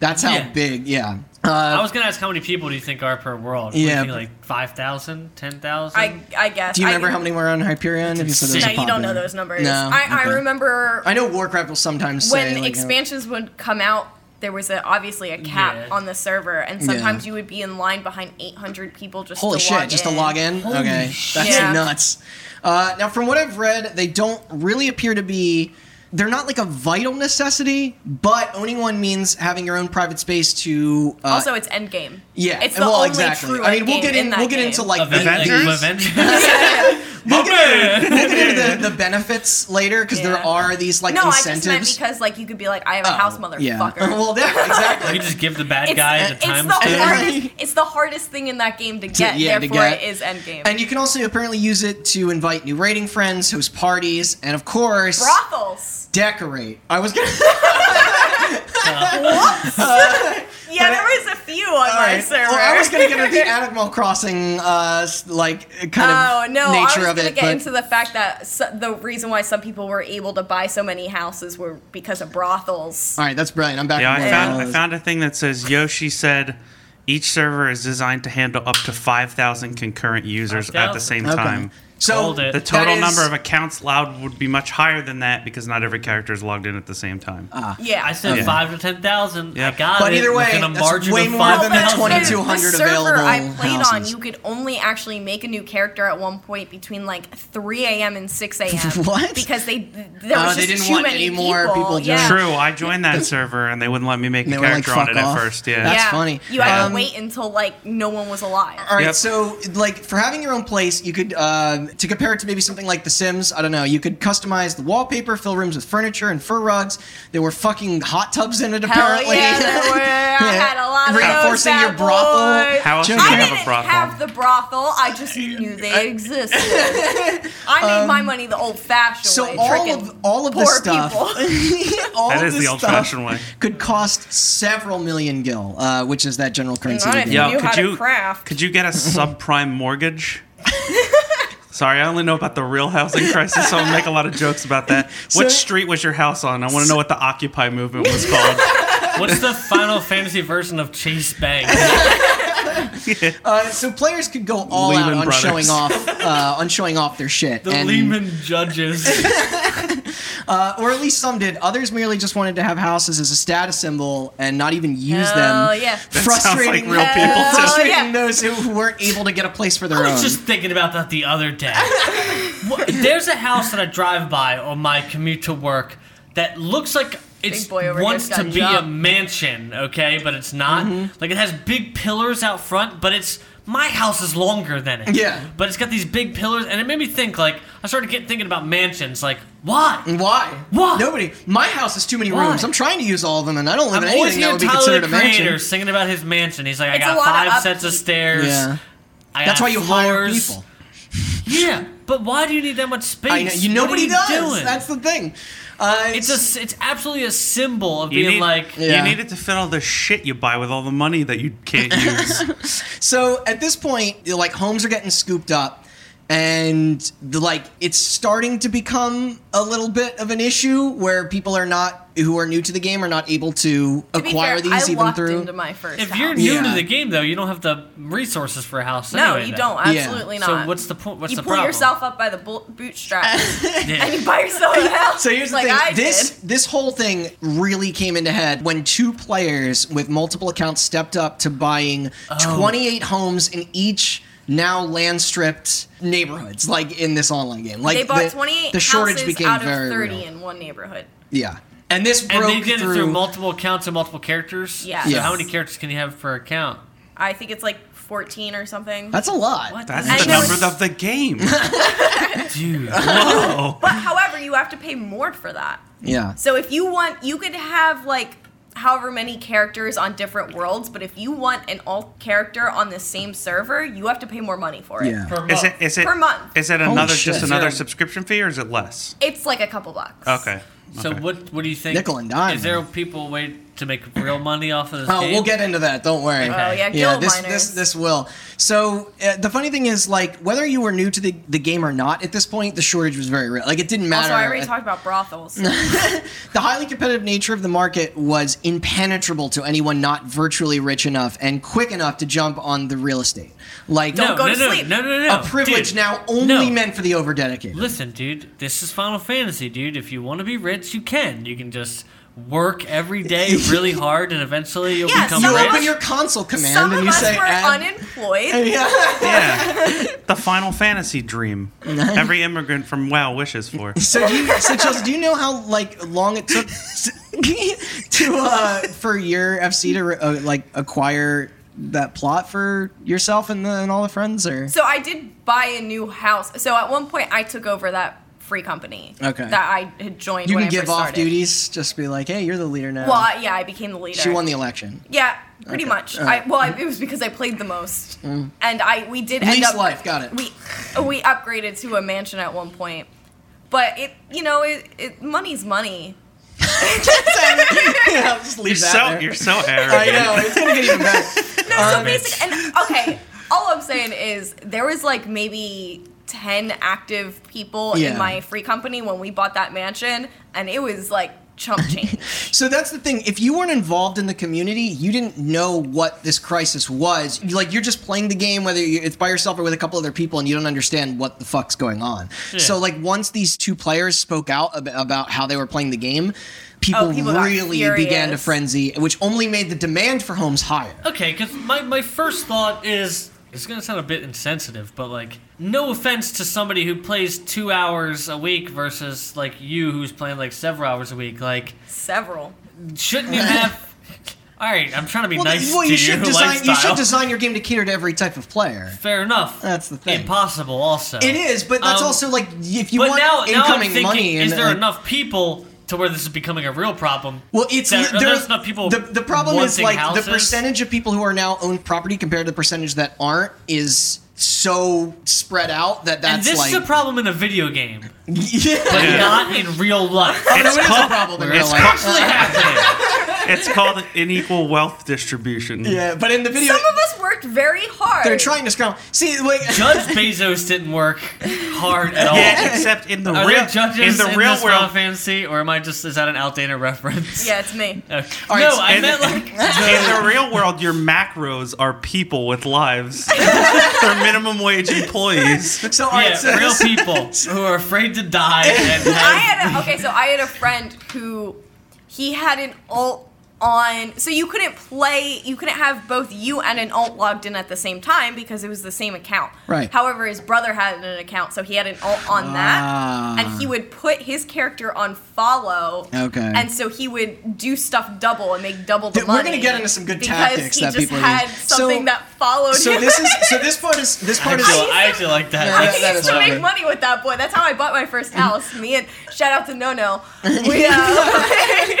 That's how
Yeah.
big, yeah.
I was gonna ask how many people do you think are per world?
uh, Yeah,
Yeah,
but-
like 5,000, 10,000?
I, I guess.
Do you
I-
remember how many were on Hyperion? If you said those
No,
are
you don't know
popular.
those numbers.
No,
I, I
Okay.
remember
I know Warcraft will sometimes
when
say like, uh,
expansions would come out, there was a, obviously a cap
Yeah.
on the server, and sometimes
Yeah.
you would be in line behind 800 people just
Holy
to
shit!
log
just
in.
to log in.
Holy
okay,
shit.
that's
Yeah.
nuts. Uh, now, from what I've read, they don't really appear to be. They're not like a vital necessity, but owning one means having your own private space to. Uh,
Also, it's endgame.
yeah,
it's the
well,
only
exactly.
true.
I mean, we'll
endgame
get
in
in.
that
we'll get
game.
into like the,
Event-
the-
Avengers?
(laughs)
Avengers?
we'll get,
(laughs)
Man.
we'll get into the, the benefits later because there
Yeah.
are these like
no,
incentives.
I just meant because like you could be like, I have
Oh,
a house, motherfucker.
Yeah. (laughs) well, yeah,
you
(laughs)
exactly.
just give the bad
It's, uh,
guy the
it's the
time.
(laughs)
(laughs)
hardest. It's the hardest thing in that game to get.
yeah, to
therefore,
get.
it is endgame.
And you can also apparently use it to invite new rating friends, host parties, and of course,
brothels.
decorate. I was gonna. (laughs)
Yeah,
But I-
there was a few on my
Alright,
server.
Well, I was gonna get into the Animal Crossing, uh, s- like kind
Oh
of
no! I
nature
was
of
gonna
it,
get
but
into the fact that s the reason why some people were able to buy so many houses were because of brothels.
all right, that's brilliant. I'm back.
Yeah,
on
I
board.
found I found a thing that says Yoshi said each server is designed to handle up to 5,000 concurrent users at the
5,000.
same
Okay.
time.
So
Called it.
The
that
total
is-
number of accounts allowed would be much higher than that because not every character is logged in at the same time.
Ah.
Yeah,
I said
Yeah.
five to ten thousand.
Yeah.
I got
But
it.
either way,
within a
that's
margin
way
of
more than
Well,
the
Oh, but
five
the-
thousand.
2200
the server
available
I played on,
houses.
you could only actually make a new character at one point between like 3 a.m. and 6 a.m.
(laughs) What?
Because they there
Oh,
was
they
just
didn't
too
want
many
any more people
yeah.
joining.
True, I joined that server and they wouldn't let me make
They
a
were like,
character on
"Fuck
it
off."
at first. Yeah.
That's
yeah.
funny.
You had
Um,
to wait until like no one was alive.
All right,
Yep.
so like for having your own place, you could uh, to compare it to maybe something like The Sims. I don't know. You could customize the wallpaper, fill rooms with furniture and fur rugs. There were fucking hot tubs in it.
Hell
Apparently,
yeah, there were. I had a lot of those
reinforcing
bad
your brothel.
boys.
How else
Joe
do you
Did
I
you
have
didn't
a brothel?
have the brothel. I just knew
(laughs)
they existed. I made my money the old-fashioned
(laughs) Um, So
way,
all
tricking
of all of
poor
this stuff,
(laughs)
people.
(laughs) all
That
of
is
this
the
stuff
old-fashioned way.
could cost several million gil, uh, which is that general currency.
Not
of the
if
game.
you knew how to craft.
Could you get a subprime mortgage? Sorry, I only know about the real housing crisis, so I make a lot of jokes about that.
So-
Which street was your house on? I want to know what the Occupy movement was called.
What's the Final Fantasy version of
(laughs)
Chase Bank?
Uh, so players could go all out
Lehman
on
Brothers. (laughs)
showing off uh, on showing off their shit.
The
and-
Lehman judges.
(laughs) uh, or at least some did. Others merely just wanted to have houses as a status symbol and not even use
Hell
them.
Oh, yeah. That
sounds like
frustrating
real people, too.
Frustrating
Hell yeah.
those who who weren't able to get a place for their
I
own.
was just thinking about that the other day.
(laughs)
Wha- There's a house that I drive by on my commute to work that looks like it's
Big boy over
wants
here's
to
got
be a
job.
mansion, okay, but it's not.
Mm-hmm.
Like it has big pillars out front, but it's my house is longer than it.
Yeah.
But it's got these big pillars, and it made me think. Like I started get thinking about mansions. Like why?
why?
Why?
Nobody. My house has too many
Why?
rooms. I'm trying to use all of them, and I don't live
I'm
in
always
anything that would
hearing
be
Tyler
considered
the
a mansion.
Creator singing about his mansion. He's like, I
It's a
got
lot of
five sets of
upkeep.
stairs.
Yeah.
I
That's
got
why you hire
floors.
people.
Yeah, but why do you need that much space?
I know. You,
What are
nobody
you
does.
doing?
That's the thing. Uh,
It's a, it's absolutely a symbol of
You
being
need,
like,
you
Yeah.
needed to fit all the shit you buy with all the money that you can't use.
so at this point, you know, like homes are getting scooped up. and the, like it's starting to become a little bit of an issue where people are not who are new to the game are not able to,
To be
acquire
fair,
these
I
even
walked
through
into my first
If
house.
you're new to
Yeah.
the game, though, you don't have the resources for a house.
no,
anyway,
you
though.
don't. (laughs)
Yeah.
Absolutely not.
So what's the point? What's
you
the
pull
problem?
yourself up by the bo-
(laughs)
bootstraps
Yeah.
(laughs) and you buy yourself a house.
So here's the
like
thing.
I
this
did.
this whole thing really came into head when two players with multiple accounts stepped up to buying
Oh.
28 homes in each now land stripped neighborhoods, like in this online game. Like
They bought
the,
28
the shortage
houses
became
out of
very
30
real.
in one neighborhood.
Yeah, and this broke
and they did
through.
it through multiple accounts and multiple characters.
Yes.
So
Yes.
how many characters can you have per account?
I think it's like 14 or something.
That's a lot.
What?
That's
And
the
there
number
was-
of the game.
(laughs) Dude.
Whoa.
but however, you have to pay more for that.
Yeah.
So if you want, you could have like however many characters on different worlds, but if you want an alt character on the same server, you have to pay more money for it.
Yeah.
per
Is it
month.
is it
Per month.
Is it another
shit.
just another
Sure.
subscription fee or is it less?
It's like a couple bucks.
Okay.
So
okay.
what what do you think?
Nickel and dime,
Is there
man.
people way to make real money off of this
Oh,
game?
we'll get into that. Don't worry.
Oh yeah, guild
yeah, this,
miners.
this this will. So uh, the funny thing is, like, whether you were new to the, the game or not, at this point, the shortage was very real. Like, it didn't matter.
also, Oh, I already
at-
talked
(laughs)
about brothels.
The highly competitive nature of the market was impenetrable to anyone not virtually rich enough and quick enough to jump on the real estate. Like
Don't
no,
go
no,
to
no,
sleep.
No, no, no, no.
a privilege
Dude,
now only
no.
meant for the overdedicated.
Listen, dude, this is Final Fantasy, dude. If you want to be rich, you can. You can just work
(laughs)
every day really hard and eventually you'll
Yeah,
become
some
you
of
rich.
open your console command
Some
and
of
you
us
say,
were
"Add-"
unemployed.
(laughs) yeah.
Yeah. the Final Fantasy dream. Every immigrant from WoW wishes for.
So, do you, so Chelsea, do you know how like long it took (laughs) to uh, for your FC to uh, like acquire that plot for yourself and, the, and all the friends? Or
So I did buy a new house. So at one point, I took over that free company
Okay.
that I had joined.
you
when
can
I
give
first
off
started.
duties, just be like, "Hey, you're the leader now."
Well, I- yeah, I became the leader.
she won the election.
(laughs) Yeah, pretty
Okay.
much.
All right.
I, well, I, it was because I played the most, and I we did end
Least
up
life, got it.
We we upgraded to a mansion at one point, but it you know it, it
(laughs)
money's money. (laughs)
yeah, I'll just leave
You're
that
so
there.
you're so
(laughs) I
arrogant.
know it's gonna get even better.
No, so
Um,
basic and okay. All I'm saying is there was like maybe ten active people
Yeah.
in my free company when we bought that mansion, and it was like chump
(laughs)
change.
So that's the thing. If you weren't involved in the community, you didn't know what this crisis was. You- Like you're just playing the game, whether you, it's by yourself or with a couple other people, and you don't understand what the fuck's going on. So like once these two players spoke out ab- about how they were playing the game, people,
Oh, people got
really began to
furious.
frenzy, which only made the demand for homes higher.
Okay, because my, my first thought is it's gonna sound a bit insensitive, but like no offense to somebody who plays two hours a week versus like you who's playing like several hours a week. Like,
Several.
shouldn't
(laughs)
you have? All right, I'm trying to be
Well,
nice
well,
to
you should
your
design.
lifestyle.
You should design your game to cater to every type of player.
Fair enough.
That's the thing.
Impossible, also.
It is, but that's
Um,
also like if you
But
want
now, now I'm
incoming
thinking,
money.
is
and,
there
like,
enough people to where this is becoming a real problem?
Well, it's
There-
there-
there's not people
The, the problem is
wanting
like
houses.
the percentage of people who are now own property compared to the percentage that aren't is so spread out that
And
that's
this
like
is a problem in a video game,
(laughs) yeah.
but
Yeah.
not in
(laughs)
real life.
No, it is a
called-
problem in real
It's,
life.
called,
Actually happening.
it's called unequal wealth distribution.
yeah, but in the video
Some of us worked very hard.
they're trying to scramble. See, like
Judge Bezos didn't work hard at all.
Yeah, except in the
Are
real
there judges
in the real
this Final
world.
Fantasy, or am I just is that an outdated reference?
Yeah, it's me.
(laughs) Okay.
All right,
no, I
and-
meant like
In
(laughs)
the real world, your macros are people
(laughs)
with lives. They're minimum wage employees.
(laughs) so. (laughs) All right,
yeah,
so
real (laughs)
this-
people who are afraid
(laughs)
to die and
I
have
had a, okay, so I had a friend who he had an alt on, so you couldn't play, you couldn't have both you and an alt logged in at the same time because it was the same account.
Right.
However, his brother had an account, so he had an alt on
Ah.
that, and he would put his character on follow.
Okay.
And so he would do stuff double and make double the
Dude, we're
money.
gonna get into some good
because
tactics
he
that
just
people are
had
using. So-
something that followed
So
him.
this is
(laughs)
so this part is this part is.
I actually, I actually like that.
Yeah,
That's-
I
that
used
is
to
lovely.
make money with that boy. That's how I bought
(laughs)
my first house. Me and shout out to No No. (laughs) We, uh,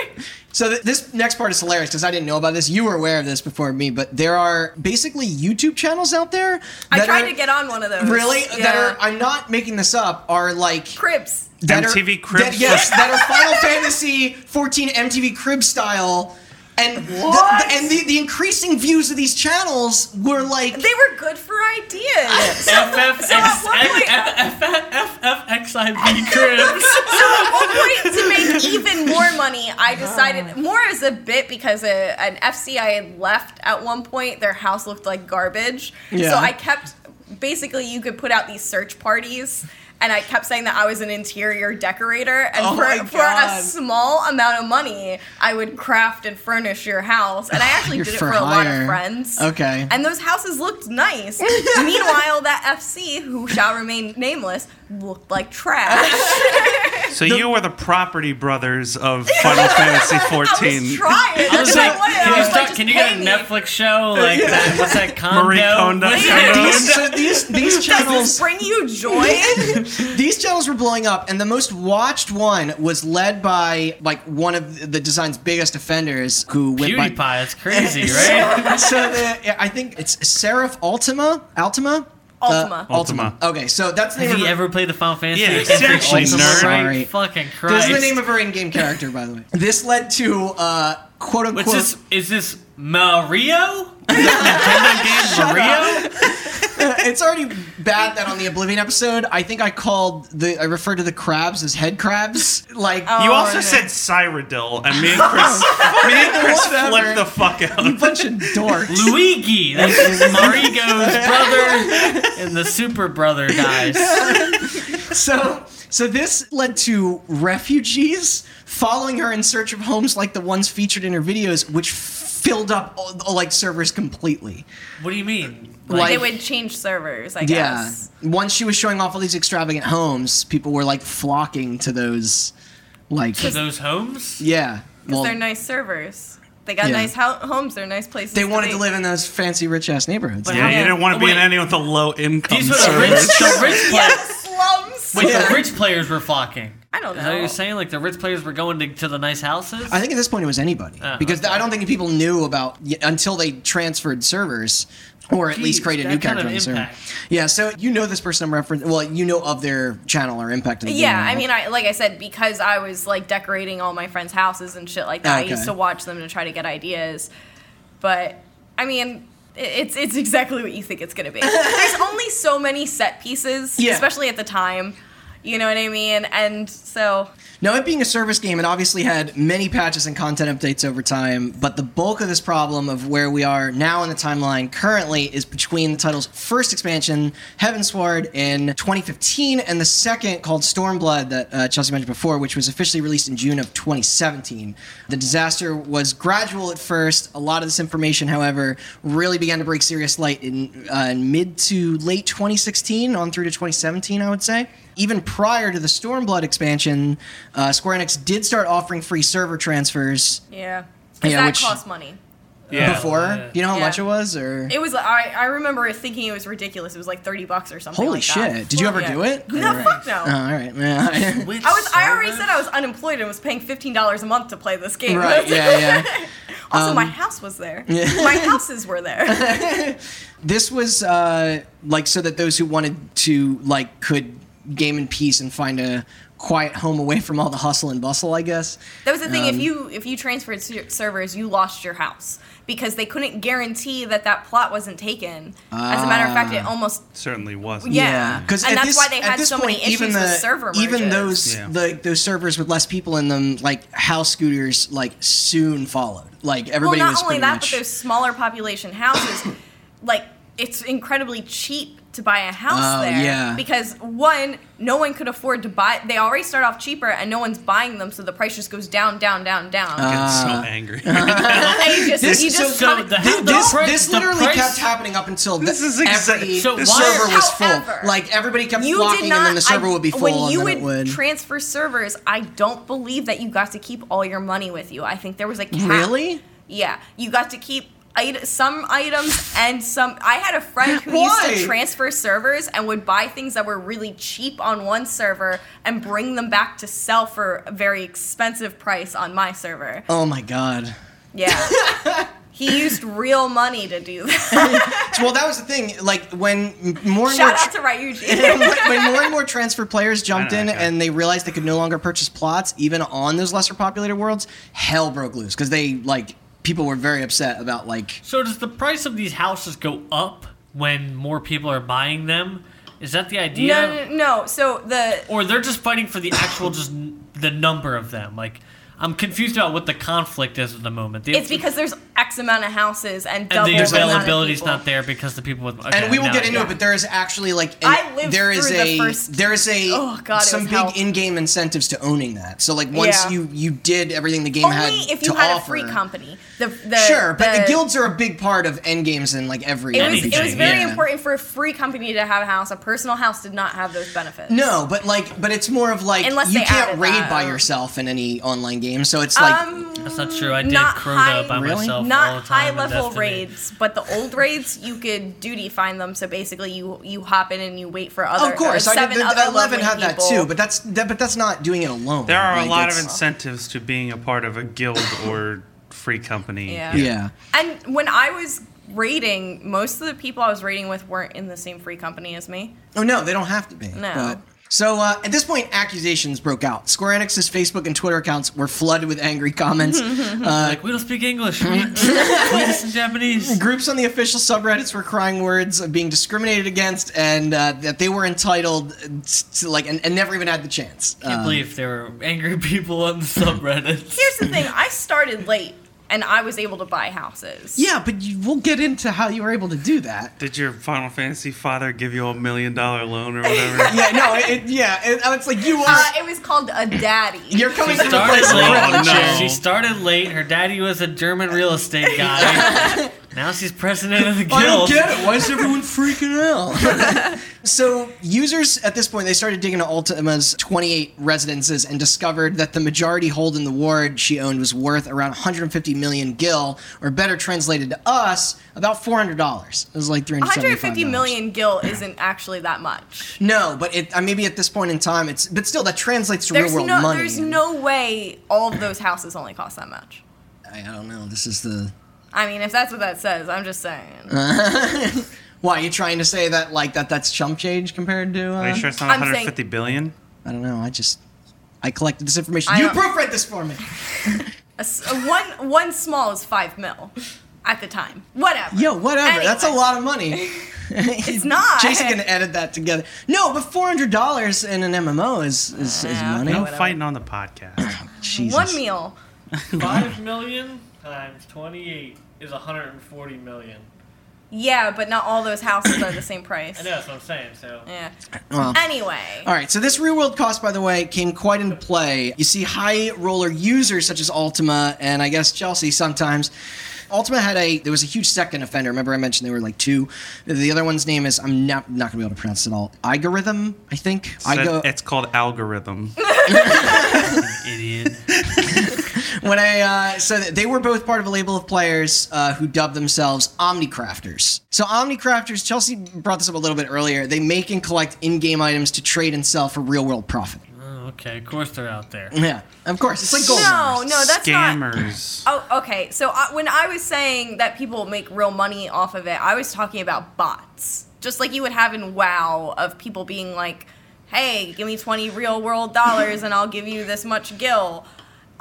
So th- this next part is hilarious because I didn't know about this. You were aware of this before me, but there are basically YouTube channels out there.
I
that
tried
are-
to get on one of those.
Really,
Yeah.
that are I'm not making this up. Are like
cribs.
that
MTV
are,
Cribs.
That, yes, that are Final Fantasy 14 MTV Crib style And the,
What?
and the, the increasing views of these channels were like
They were good for ideas. so at one point-
FFXIV cribs.
(laughs) So at one point, to make even more money, I
Ah.
decided more as a bit because a, an FC I had left at one point, their house looked like garbage.
Yeah.
So I kept basically you could put out these search parties. And I kept saying that I was an interior decorator, and
Oh my
for, for a
God.
small amount of money, I would craft and furnish your house.
(sighs)
And I actually
You're
did it
for
for, a lot
hire.
of friends.
Okay.
And those houses
(laughs)
looked nice. Meanwhile, that FC, who shall remain nameless, looked
(laughs)
like trash.
So you were the property
(laughs)
brothers of Final Fantasy
I
14.
was trying.
I was
That's
like,
what I wanted.
can
I
you,
was like,
start,
just
can you get
pay
a
me.
Netflix show like that? What's that
(laughs)
condo?
Marie Kondo.
What's
Yeah,
that?
these,
(laughs)
so these these
Does this
channels
bring you joy?
(laughs) these channels were blowing up, and the most watched one was led by like one of the design's biggest offenders, who went by
PewDiePie.
(laughs)
It's crazy, right?
(laughs) so the, I think it's Seraph Ultima. Ultima.
Uh,
Ultima.
Ultima.
Okay, so that's the name
Have you
of her.
ever played the Final Fantasy?
Yeah,
It's like
seriously,
Ultima,
nerd.
Sorry.
Right? Fucking
This
Christ.
is the name of her in-game character, by the way. (laughs) This led to uh, quote unquote.
What's this? Is this Mario? (laughs) Nintendo game Mario?
(laughs) it's already bad that on the Oblivion episode, I think I called the I referred to the crabs as head crabs. Like (laughs)
Oh.
You also
no.
said Cyrodiil, and me and Chris, me and Chris
Whatever.
flipped the fuck
you
out.
bunch of dorks.
Luigi.
(laughs)
That's Marigo's brother, and the super brother dies.
So, so this led to refugees following her in search of homes like the ones featured in her videos, which filled up all, like servers completely.
What do you mean?
Like-
They would change servers, I
Yeah.
guess.
Once she was showing off all these extravagant homes, people were like flocking to those, like
to those homes?
yeah.
Because
Well,
they're nice servers. They got
Yeah.
nice ho- homes. They're nice places.
they wanted
be.
to
(laughs)
live in those fancy rich ass neighborhoods.
But
Yeah, you didn't want to be in
Wait.
any with a low income.
These were the rich,
service.
the rich players.
slums.
Wait,
Yeah.
the rich players were flocking.
I don't
Is that what
know.
you're saying? Like the rich players were going to, to the nice houses?
I think at this point it was anybody
Oh,
because I don't think people knew about y- until they transferred servers or at least
Jeez,
created a new
that kind
character
of
on the server.
impact.
Yeah, so you know this person I'm referencing. Well, you know of their channel or impact. In the
Yeah,
game,
I
right?
mean, I like I said, because I was like decorating all my friends' houses and shit like that.
Okay.
I used to watch them to try to get ideas, but I mean, i- it's it's exactly what you think
(laughs)
it's gonna be. There's only so many set pieces,
Yeah.
especially at the time. You know what I mean? And so
Now, it being a service game, it obviously had many patches and content updates over time, but the bulk of this problem of where we are now in the timeline currently is between the title's first expansion, Heavensward, in 2015, and the second called Stormblood that uh, Chelsea mentioned before, which was officially released in June of 2017. The disaster was gradual at first. A lot of this information, however, really began to break serious light in, uh, in mid to late 2016 on through to 2017, I would say. Even prior to the Stormblood expansion, uh, Square Enix did start offering free server transfers
yeah, 'Cause
Yeah,
that
which-
costs money.
Yeah.
before.
yeah.
You know how
Yeah.
much it was, or
It was I, I remember thinking it was ridiculous. It was like thirty bucks or something.
holy
like
shit!
that.
Did you ever
Yeah.
do it?
No, fuck no.
Oh, all right, (laughs)
(laughs)
man.
Which
I was. I already
server?
said I was unemployed and was paying fifteen dollars a month to play this game.
right? Yeah, yeah.
Also, my house was there.
Um, Yeah.
My houses
(laughs)
were there.
this was uh, like so that those who wanted to like could game in peace and find a quiet home away from all the hustle and bustle i guess
That was the thing.
Um,
if you if you transferred ser- servers, you lost your house because they couldn't guarantee that that plot wasn't taken. As a matter of fact,
Ah.
it almost
Certainly wasn't.
Yeah. And
at
that's
this-
why they
at
had
this
so many
point, even
issues with
the-
server
even
merges.
those
Yeah.
like those servers with less people in them like house scooters like soon followed like
well,
everybody
not
was
only
pretty
that,
much
but those smaller
(coughs)
population houses, like it's incredibly cheap to buy a house
Oh,
there
yeah.
because one, no one could afford to buy. They already start off cheaper, and no one's buying them, so the price just goes down, down, down, down.
I'm
Uh,
so
(laughs)
angry.
uh-huh. and you
(laughs)
just,
this-
you
so-
just
so
kinda-
the
Th-
The
this,
price-
this
the
literally
price-
kept happening up until
This
the,
is exact-
every,
So
the
why-
server was
However,
full. Like everybody kept
you
flocking,
did not.
and then the server
I-
would be full,
When you
and
would,
then it would.
transfer servers, I don't believe that you got to keep all your money with you. I think there was a cap.
Really?
Yeah, you got to keep. It- some items and some. I had a friend who used
Why?
to transfer servers and would buy things that were really cheap on one server and bring them back to sell for a very expensive price on my server.
oh my god. (laughs)
Yeah, he used real money to do that.
Well, that was the thing. Like when m- more and more
(laughs) Shout out to
(laughs)
Ryuji.
when when more and more transfer players jumped
I
in
know, okay.
and they realized they could no longer purchase plots, even on those lesser populated worlds, hell broke loose because they like people were very upset about like
So does the price of these houses go up when more people are buying them? Is that the idea?
No, no, no. So the
Or they're just fighting for the actual just n- the number of them? Like I'm confused about what the conflict is at the moment. The-
it's because there's X amount of houses and
and
double
the
amount of
availability's
people.
not there because the people with okay,
and we will
now
get
I
into
get
it, but there is actually like an,
I lived
there is
through the
a
first-
there is a
Oh, God, it
some
was
big
hell.
in-game incentives to owning that. So like once
Yeah.
you you did everything the game had
Only if you
to
had
offer,
a free company. The, the
sure, but the,
the
guilds are a big part of end games and like every.
It was, it
Anything,
was very
yeah.
important for a free company to have a house. A personal house did not have those benefits.
No, but like, but it's more of like
Unless
you
they
can't
added
raid
that,
by
um,
yourself in any online game. So it's like
That's not true. I did
Not
Crota
high-
by
Really?
myself all
not
the time
high
in
level
Destiny.
raids, but the old raids you could duty find them. So basically, you you hop in and you wait for other.
of course,
uh,
I
seven
did, the-
other
Eleven
lovely
had that
people.
too, but that's that, but that's not doing it alone.
There are
Like,
a lot of
it's-
incentives to being a part of a guild
(laughs)
or free company.
Yeah.
yeah.
and when I was raiding, most of the people I was raiding with weren't in the same free company as me.
Oh no, they don't have to be.
No.
But, so uh, at this point, accusations broke out. Square Enix's Facebook and Twitter accounts were flooded with angry
(laughs)
comments. uh,
Like we don't speak English.
(laughs)
We we listen Japanese.
groups on the official subreddits were crying words of being discriminated against and uh, that they were entitled uh, to like and, and never even had the chance.
I can't
Um,
believe there were angry (laughs) people on the subreddits.
Here's the thing: I started late, and I was able to buy houses.
yeah, but you, we'll get into how you were able to do that.
Did your Final Fantasy father give you a million dollar
(laughs)
loan or whatever?
yeah, no, it, it- yeah, it, it's like you are.
Uh, it was called a daddy.
You're coming from a (laughs)
started
place of
late.
privilege.
Oh, no.
She started late. Her daddy was a German real
(laughs)
estate guy. now she's president of the guild.
I don't get it. Why is
(laughs)
everyone freaking out? (laughs) so users at this point they started digging into Ultima's 28 residences and discovered that the majority hold in the ward she owned was worth around 150 million gil, or better translated to us, about 400 dollars. It was like 375.
150 million gil isn't actually that much.
No, but it, uh, maybe at this point in time, it's but still that translates to
There's
real world
no,
money.
there's no way all of those houses only cost that much.
I, I don't know. This is the
I mean, if that's what that says, I'm just saying.
Uh. why you trying to say that like that that's chump change compared to. Uh,
Are you sure it's not
I'm saying-
150 billion?
I don't know. I just I collected this information.
I
you
don't-
proofread this for me.
A s- a one one small is five mil at the time. Whatever.
Yo, whatever. That's a
Anyway.
lot of
(laughs)
money. (laughs) it's
not.
Jason can edit that together. No, but four hundred dollars in an MMO is is, is
Yeah,
money.
No
okay. Whatever.
fighting on the
(clears throat)
podcast.
Jesus.
One meal.
Five million times twenty-eight is one hundred and forty million.
Yeah, but not all those houses are the same price.
I know that's what I'm saying. So
Yeah.
Well.
Anyway.
All right, so this real world cost, by the way, came quite into play. You see high roller users such as Ultima and I guess Chelsea sometimes. Ultima had a there was a huge second offender. Remember I mentioned there were like two. The other one's name is I'm not not gonna be able to pronounce it all. Algorithm, I think. I
Said-
go
it's called algorithm.
idiot.
when I uh, so they were both part of a label of players uh, who dubbed themselves Omnicrafters. So Omnicrafters, Chelsea brought this up a little bit earlier. They make and collect in-game items to trade and sell for real-world profit.
Oh, okay, of course they're out there.
Yeah, of course, it's like gold.
(laughs) No,
miners.
no, that's not.
Scammers.
Oh, okay. So I, when I was saying that people make real money off of it, I was talking about bots. Just like you would have in WoW of people being like, hey, give me 20 real world dollars and I'll give you this much gil.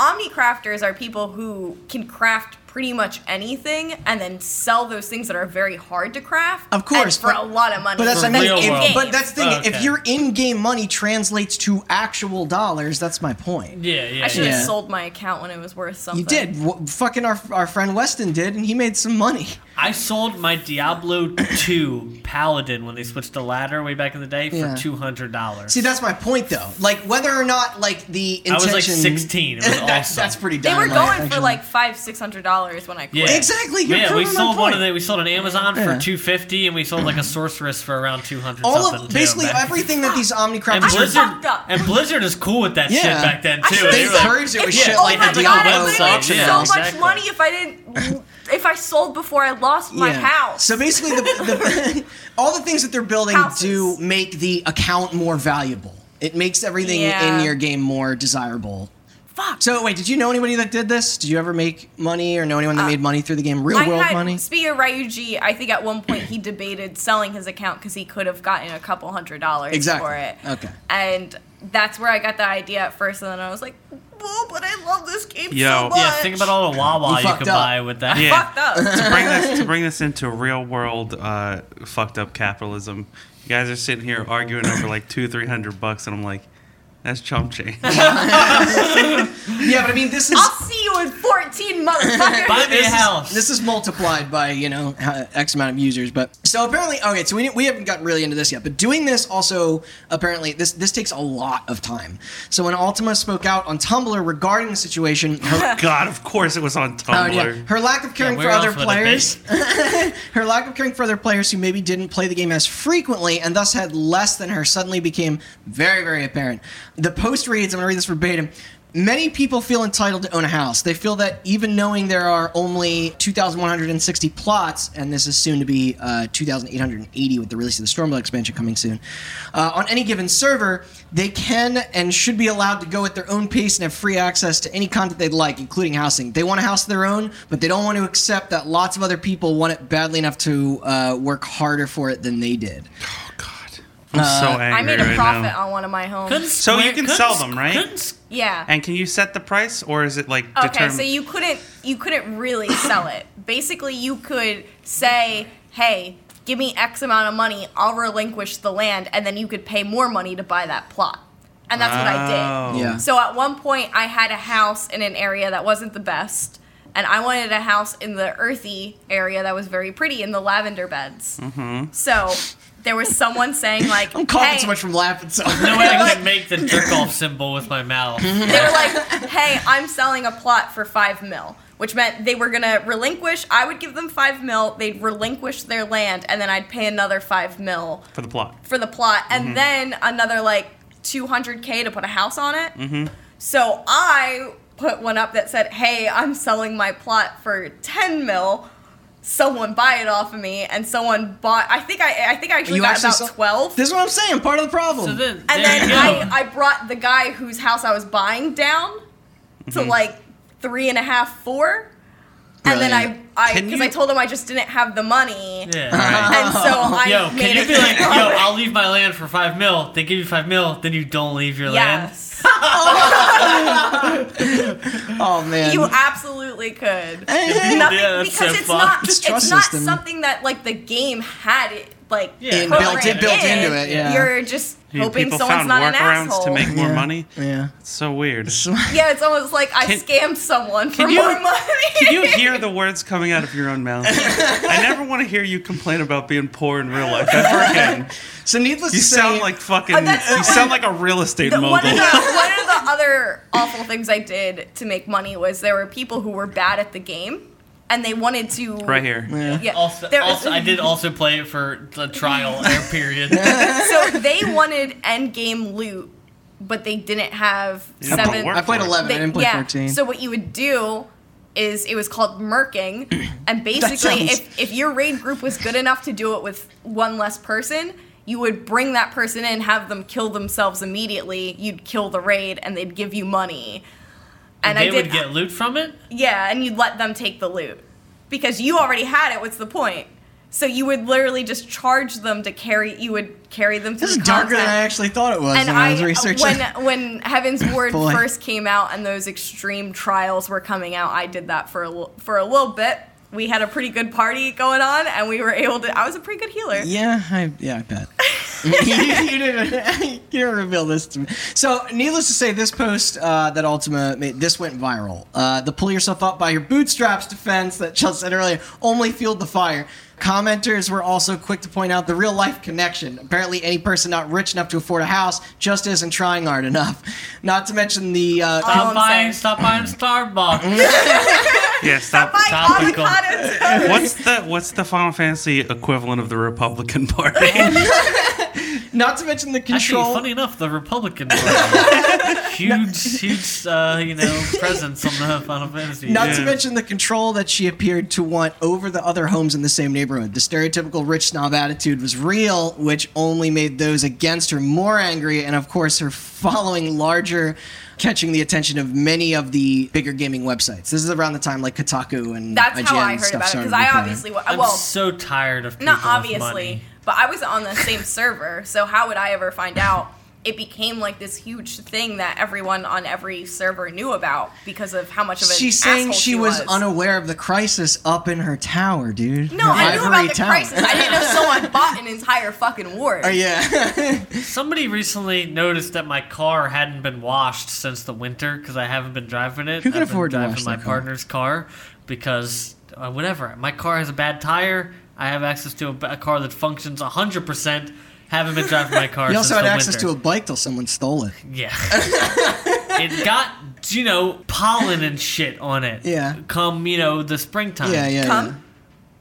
Omnicrafters are people who can craft pretty much anything and then sell those things that are very hard to craft.
Of course,
and for
but-
a lot of money.
But that's
For
I mean,
real
if-
world.
but that's the thing.
Okay.
If your in-game money translates to actual dollars, that's my point.
Yeah, yeah.
I should have
Yeah.
sold my account when it was worth something.
You did. W- fucking our our friend Weston did, and he made some money.
I sold my Diablo 2 Paladin when they switched to ladder way back in the day for
Yeah.
two hundred dollars.
See, that's my point, though. Like whether or not like the intention.
I was like
(laughs)
sixteen. It was awesome.
that's, that's pretty.
They were
dynamite,
going for
actually.
like five, six hundred dollars when I quit.
Yeah.
Exactly, you're
yeah, we
proving my
sold one
point.
of the, we sold an Amazon
Yeah.
for two fifty, and we sold like a sorceress for around two hundred.
all
something
of basically
too, back-
everything that these
And
Omnicrafters
Blizzard,
fucked up.
and Blizzard is cool with that shit
Yeah.
back then
I
too.
should've
they
They were like,
sold-
encouraged it with
if-
shit
oh
like
my
the
God,
Diablo
I would have
auction.
made so much
Exactly.
money if I didn't, if I sold before I lost my house.
So basically, the,
(laughs)
the, (laughs) all the things that they're building
Houses.
do make the account more valuable. It makes everything
Yeah.
in your game more desirable.
Fuck.
So wait, did you know anybody that did this? Did you ever make money or know anyone that made money through the game? Real
Uh, I
world
had,
money?
Speaking of Ryuji, I think at one point he debated selling his account because he could have gotten a couple hundred dollars
Exactly.
for it.
Okay.
And that's where I got the idea at first, and then I was like, well, but I I love this game
Yo.
so much.
Yeah,
Yeah, think about all the Wawa
You
you,
fucked
could
up.
buy with that.
Yeah.
fucked up. (laughs)
to bring this to bring this into real world uh, fucked up capitalism. You guys are sitting here arguing over like two three hundred bucks, and I'm like, that's chump
(laughs)
change.
Yeah, but I mean, this is
I'll see you in 14
(laughs)
motherfuckers.
Buy
(laughs)
me a
this is-
house.
This is multiplied by you know h- x amount of users, but so apparently, okay, so we, we haven't gotten really into this yet, but doing this also apparently this this takes a lot of time. So when Altima spoke out on Tumblr regarding the situation, her,
Oh, God, of course it was on
oh,
Tumblr.
yeah, her lack of caring
we're
for
on
other
for the
players, (laughs) her lack of caring for other players who maybe didn't play the game as frequently and thus had less than her suddenly became very, very apparent. The post reads, I'm going to read this verbatim. Many people feel entitled to own a house. They feel that even knowing there are only 2,160 plots, and this is soon to be uh, 2,880 with the release of the Stormlight expansion coming soon, uh, on any given server, they can and should be allowed to go at their own pace and have free access to any content they'd like, including housing. They want a house of their own, but they don't want to accept that lots of other people want it badly enough to uh, work harder for it than they did.
God, I'm so angry
Uh, I made a
right
profit
now.
on one of my homes.
Couldn't
So you
square-
can
couldn't
sell
s-
them, right?
couldn't s- (laughs)
yeah.
And can you set the price, or is it like
okay,
determined?
so you couldn't you couldn't really (coughs) sell it. Basically, you could say, "Hey, give me X amount of money, I'll relinquish the land," and then you could pay more money to buy that plot. And that's what I
Oh.
did.
Yeah.
So at one point, I had a house in an area that wasn't the best, and I wanted a house in the earthy area that was very pretty in the lavender beds. So there was someone saying like,
(laughs) I'm coughing
"Hey,
so much from laughing. So (laughs)
No way I can make the jerk off symbol with my mouth.
they were like, "Hey, I'm selling a plot for five mil," which meant they were gonna relinquish. I would give them five mil. They'd relinquish their land, and then I'd pay another five mil
for the plot.
for the plot, and then another like 200k to put a house on it. So I put one up that said, "Hey, I'm selling my plot for 10 mil." Someone buy it off of me, and someone bought. I think I, I think I actually got about
sell-
12.
This is what I'm saying. Part of the problem.
So then,
And
there
then
you go.
I, I brought the guy whose house I was buying down to like three and a half, four. And then I,
Brilliant.
I,
Can
because
you-
I told him I just didn't have the money.
All
yeah.
right.
And so I
Yo,
made
can you
it
be like, (laughs) yo, I'll leave my land for five mil. They give you five mil, then you don't leave your land.
Yes.
oh man.
You absolutely could.
Eh,
Nothing,
Yeah, that's
because
so
it's
fucked.
not,
It's
it's,
trust
not
system.
something that like the game had it like
Yeah.
In- built-
programmed
built into it, yeah.
You're just
Dude,
hoping
people
someone's
found
not an
workarounds
asshole.
to make (laughs) more
Yeah.
money.
yeah. (laughs)
It's so weird.
yeah, it's almost like I
Can-
scammed someone for
you-
more money.
Can you hear the words coming out of your own mouth? I never want to hear you complain about being poor in real life
(laughs)
ever again.
So needless
You
to say,
sound like fucking.
Uh, that's-
You sound like a real estate
The-
mogul.
(laughs) one, of the, one of the other awful things I did to make money was there were people who were bad at the game and they wanted to.
right here.
Yeah.
Yeah.
Also,
there-
also, I
(laughs)
did also play it for the trial air period.
So they wanted end game loot, but they didn't have
Yeah, but
seven.
work
I played
for it.
11. I didn't play
yeah.
14.
So what you would do is it was called
(clears throat)
merking, and basically,
sounds-
if if your raid group was good enough to do it with one less person. You would bring that person in, have them kill themselves immediately. You'd kill the raid, and they'd give you money. And
they
I did.
would get loot from it.
Yeah, and you'd let them take the loot because you already had it. What's the point? So you would literally just charge them to carry. You would carry them to
this is
the
darker than
content.
I actually thought it was
And uh,
when I, was researching. (laughs)
when when Heaven's Ward
Boy.
first came out and those extreme trials were coming out, I did that for a l- for a little bit. We had a pretty good party going on, and we were able to. I was a pretty good healer.
Yeah, I, yeah, I
(laughs)
bet. (laughs) you, you didn't, (laughs) you didn't reveal this to me. So, needless to say, this post uh, that Ultima made, this went viral. Uh, the pull yourself up by your bootstraps defense that Chelsea said earlier only fueled the fire. Commenters were also quick to point out the real life connection. Apparently, any person not rich enough to afford a house just isn't trying hard enough. Not to mention the. Uh,
Oh,
Stop
I'm
buying,
saying-
stop buying
(laughs)
Starbucks.
Yeah. Stop.
My
Topical.
avocado toast.
What's the What's the Final Fantasy equivalent of the Republican
(laughs)
Party? (laughs)
not to mention the
Actually,
control.
funny enough, the
(laughs)
Republican Party. huge, huge, uh, you
(laughs)
know, presence on the Final Fantasy.
Not to
Yeah.
mention the control that she appeared to want over the other homes in the same neighborhood. The stereotypical rich snob attitude was real, which only made those against her more angry, and of course, her following larger, catching the attention of many of the bigger gaming websites. This is around the time like Kotaku and
(laughs) That's
IGN
how I heard
stuff
about it
started
because I
reporting.
obviously wa-
I'm
well.
so tired of people
Not
with
obviously,
money.
but I was on the same server, so how would I ever find out? it became like this huge thing that everyone on every server knew about because of how much of a
She's saying she, was,
was
unaware of the crisis up in her tower, dude.
No,
Her
I knew about
ivory
the
tower.
crisis. I didn't know
(laughs)
someone bought an entire fucking ward.
Oh, yeah. (laughs)
Somebody recently noticed that my car hadn't been washed since the winter because I haven't been driving it.
Who can
I've been
afford to
driving
wash
my
their car?
partner's car because uh, whatever. My car has a bad tire. I have access to a, ba- a car that functions 100%. Haven't been driving my car.
(laughs) you
since
also had
the
access
winter.
to a bike till someone stole it.
Yeah. (laughs) it got, you know, pollen and shit on it.
Yeah.
Come, you know, the springtime.
Yeah, yeah.
Come.
yeah.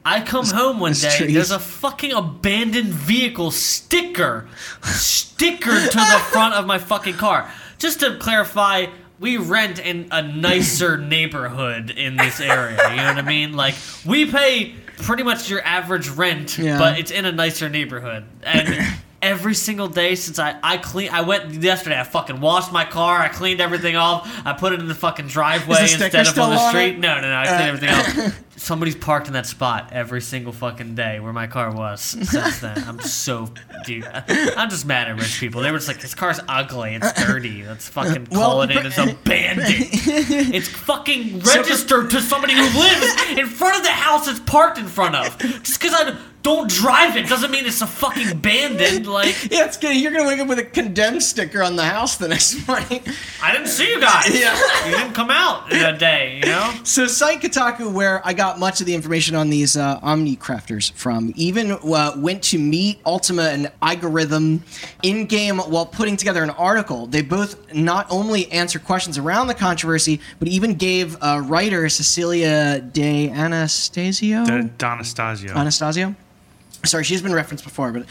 I come home one
it's
day,
trees.
there's a fucking abandoned vehicle sticker stickered
(laughs)
to the front of my fucking car. Just to clarify, we rent in a nicer neighborhood in this area. You know what I mean? Like, we pay pretty much your average rent,
Yeah.
but it's in a nicer neighborhood.
(clears throat)
And. Every single day since I I clean I went yesterday I fucking washed my car I cleaned everything off I put it in the fucking driveway
sticker
instead of
still
on the
on
street
it?
no, no, no. I
(laughs)
cleaned everything up. Somebody's parked in that spot every single fucking day where my car was since then.
(laughs)
I'm so, dude. I- I'm just mad at rich people. They were just like, this car's ugly. It's dirty. Let's fucking call
Uh, Well,
it in.
(laughs)
It's abandoned. It's fucking
So-
registered to somebody who lives in front of the house it's parked in front of. Just because I don't drive it doesn't mean it's a fucking abandoned. Like,
Yeah, it's good. You're gonna wake up with a condemned sticker on the house the next (laughs) morning.
I didn't see you guys.
Yeah. Um,
You didn't come out that day, you know?
So, Site Kotaku, where I got much of the information on these uh, Omni crafters from, even uh, went to meet Ultima and Algorithm in game while putting together an article. They both not only answer questions around the controversy, but even gave uh, writer Cecilia De Anastasio.
D- Anastasio.
Anastasio. Sorry, she's been referenced before, but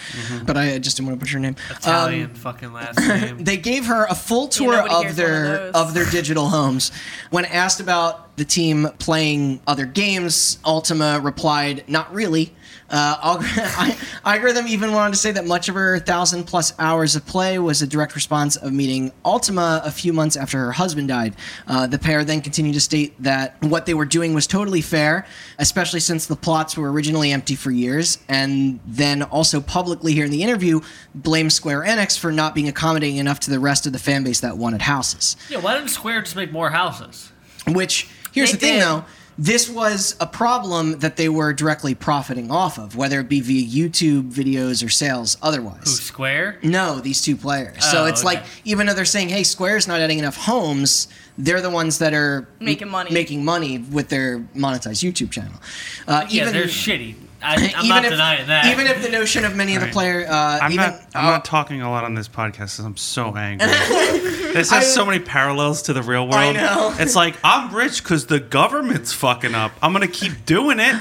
but I just didn't want to put her name. Um,
Italian fucking
(laughs)
last name.
they gave her a full tour
nobody
of
hears one
their
of
of,
those.
their digital homes. When asked about the team playing other games, Ultima replied, "Not really." Uh, Alg- (laughs) I- Algorithm even wanted to say that much of her thousand plus hours of play was a direct response of meeting Ultima a few months after her husband died. Uh, the pair then continued to state that what they were doing was totally fair, especially since the plots were originally empty for years, and then also publicly here in the interview blamed Square Enix for not being accommodating enough to the rest of the fan base that wanted houses.
Yeah, why didn't Square just make more houses?
Which here's
They
the thing
did.
though. This was a problem that they were directly profiting off of, whether it be via YouTube videos or sales otherwise.
Square?
No, these two players. so
Oh,
it's like
okay.
even though they're saying, "Hey, Square's not adding enough homes," they're the ones that are
Making money.
making money with their monetized YouTube channel. Uh,
Yeah,
even
they're shitty. I, I'm
(clears throat)
even
not
if,
denying that.
Even if the notion of many of the
Right.
player, uh,
I'm
even
not. I'm not talking a lot on this podcast because I'm so
(laughs)
angry. this has
I-
so many parallels to the real world.
know.
It's like I'm rich because the government's fucking up. I'm gonna keep
(laughs)
doing it,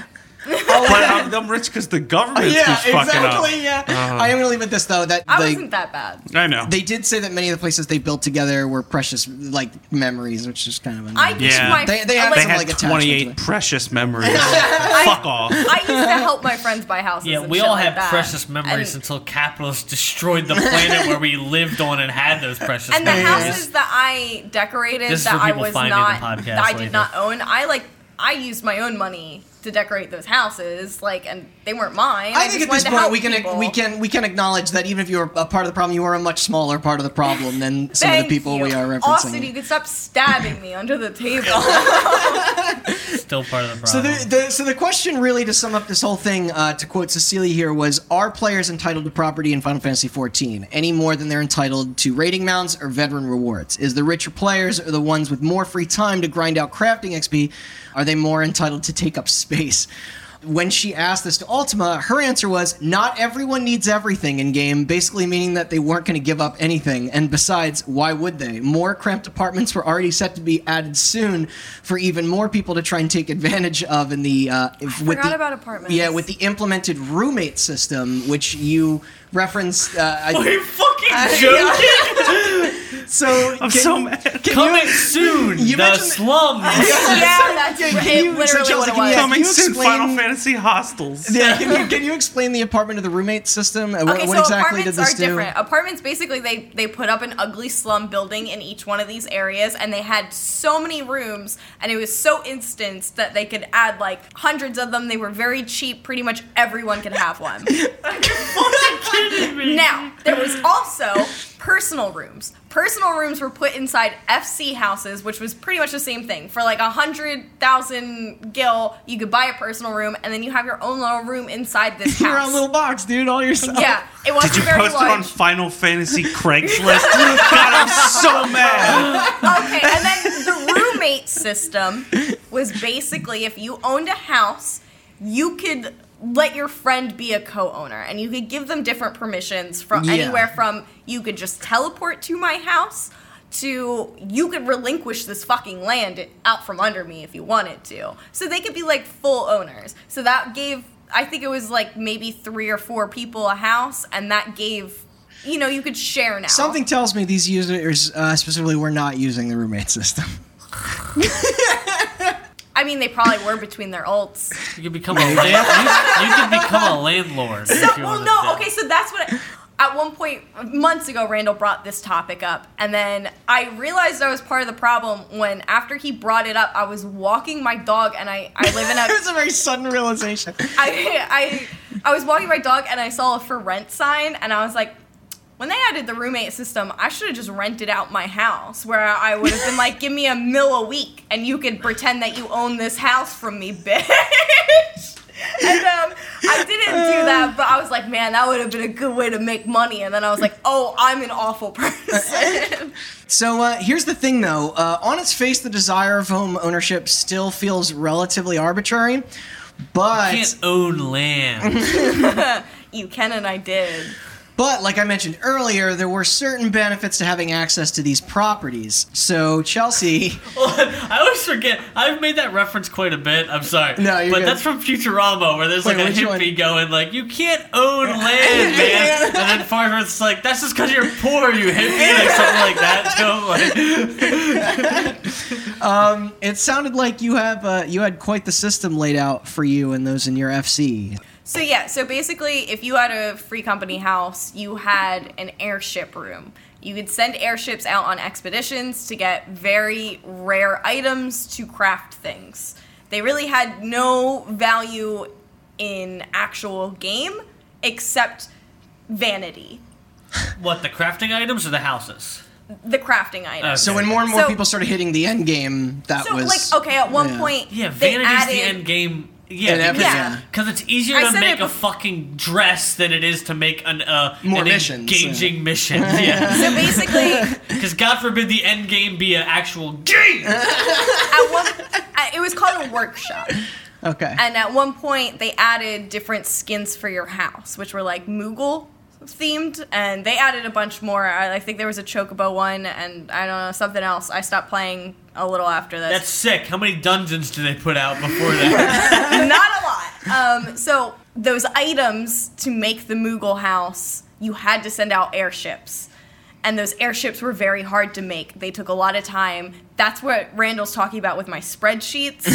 but I'm, I'm rich because the government
Oh, yeah,
keeps fucking Uh-huh.
exactly. Yeah, I am gonna leave it this though. That
I
like,
wasn't that bad.
up. I know.
they did say that many of the places they built together were precious, like memories, which is kind of annoying.
I used
Yeah.
my
They- they had
like,
They
some,
had
like, attachment to
28
it. (laughs)
precious memories. Fuck off.
I used to help my friends buy houses.
yeah,
and
we
shit
all
like
had
that.
precious memories
And,
until capitalists destroyed the planet where
(laughs)
we lived on and had those precious
and the
memories.
houses that I decorated
This is
that
where
I
people
was
find me in the
not,
podcast
that I did
later.
not own, I like, I used my own money to decorate those houses, like, and they weren't mine.
I
just
think at
wanted
this
to
point
help
we can
people.
we can we can acknowledge that even if you're a part of the problem, you are a much smaller part of the problem than some of
Thank
the people
you.
we are referencing.
Austin, you can stop stabbing me under the
(laughs)
table.
Still part of the
So
problem.
the, the so the question really to sum up this whole thing, uh, to quote Cecilia here, was: Are players entitled to property in Final Fantasy XIV any more than they're entitled to rating mounts or veteran rewards? Is the richer players or the ones with more free time to grind out crafting XP, are they more entitled to take up space? When she asked this to Ultima, her answer was, "Not everyone needs everything in game," basically meaning that they weren't going to give up anything. And besides, why would they? More cramped apartments were already set to be added soon for even more people to try and take advantage of in the uh, if, with
forgot
the,
about apartments.
Yeah, with the implemented roommate system, which you referenced. Uh, I,
fucking
I-
joking?
(laughs) So
I'm so mad.
Can
Coming
you,
soon,
you
the
mentioned-
slums.
yeah, that's
Yeah,
it,
you-
(laughs) literally
so Chelsea,
what it
can you
was.
tell me-
Coming soon,
explain-
Final Fantasy Hostels.
yeah, can you can you explain the apartment of the roommate system? What,
Okay,
what
so
exactly did
apartments
this
are
do?
different. Apartments basically they they put up an ugly slum building in each one of these areas, and they had so many rooms, and it was so instanced that they could add like hundreds of them. They were very cheap. Pretty much everyone could have one. Now, there was also personal rooms. Personal rooms were put inside FC houses, which was pretty much the same thing. For like a hundred thousand gil, you could buy a personal room, and then you have your own little room
(laughs)
inside this
You're
house.
on little box, dude. All your stuff.
yeah, it wasn't
Did you
very
post it
large. (laughs)
on
(laughs)
Final Fantasy Craigslist? God, I'm so mad.
okay, and then the roommate system was basically if you owned a house, you could let your friend be a co-owner and you could give them different permissions from
Yeah.
anywhere from you could just teleport to my house to you could relinquish this fucking land out from under me if you wanted to. So they could be like full owners. So that gave I think it was like maybe 3 or 4 people a house and that gave you know, you could share now.
Something tells me these users uh, specifically were not using the roommate system. (laughs)
I mean, they probably were between their ults.
You could become a land. You, you could become a landlord.
So,
(laughs) if you
well,
wanted
no,
to.
okay, so that's what. at one point, months ago, Randall brought this topic up, and then I realized I was part of the problem when, after he brought it up, I was walking my dog, and I I live
(laughs)
in
it was
a
a very sudden realization.
I I I was walking my dog, and I saw a for rent sign, and I was like. When they added the roommate system, I should have just rented out my house where I would have been like, give me a mill a week and you could pretend that you own this house from me, bitch. and um, I didn't do that, but I was like, man, that would have been a good way to make money. And then I was like, oh, I'm an awful (laughs) person.
So uh, here's the thing, though. Uh, on its face, the desire of home ownership still feels relatively arbitrary, but
You can't own land.
you can and I did.
But like I mentioned earlier, there were certain benefits to having access to these properties. So Chelsea, (laughs)
I always forget. I've made that reference quite a bit. I'm sorry.
No, you're
But
good.
that's from Futurama, where there's
Wait,
like a
which one?
hippie going like, "You can't
(laughs)
own land, man," and then Farnsworth's like, "That's just because you're poor, you hippie," like something like that. So, like,
it sounded like you have uh, you had quite the system laid out for you and those in your FC.
So yeah, so basically, if you had a free company house, you had an airship room. You could send airships out on expeditions to get very rare items to craft things. They really had no value in actual game except vanity,
what the crafting items or the houses?
the crafting
Uh,
items.
So when more and more
So-
people started hitting the end game, that
so
was
like okay, at one
yeah.
point
Yeah,
they
vanity's
added
the end game. Yeah,
And
because
everything.
because it's easier
I
to
said
make
it
a
bef-
fucking dress than it is to make an uh
More
an
missions,
engaging
(laughs)
mission. Yeah,
so
(laughs)
basically
because God forbid the end game be an actual game.
at one it was called a workshop.
okay.
And at one point, they added different skins for your house, which were like Moogle themed, and they added a bunch more. I, I think there was a Chocobo one, and I don't know something else. I stopped playing a little after this.
That's sick. How many dungeons do they put out
(laughs)
before that?
(laughs) not a lot. Um, so those items to make the Moogle house, you had to send out airships. And those airships were very hard to make. They took a lot of time. That's what Randall's talking about with my
(laughs)
spreadsheets.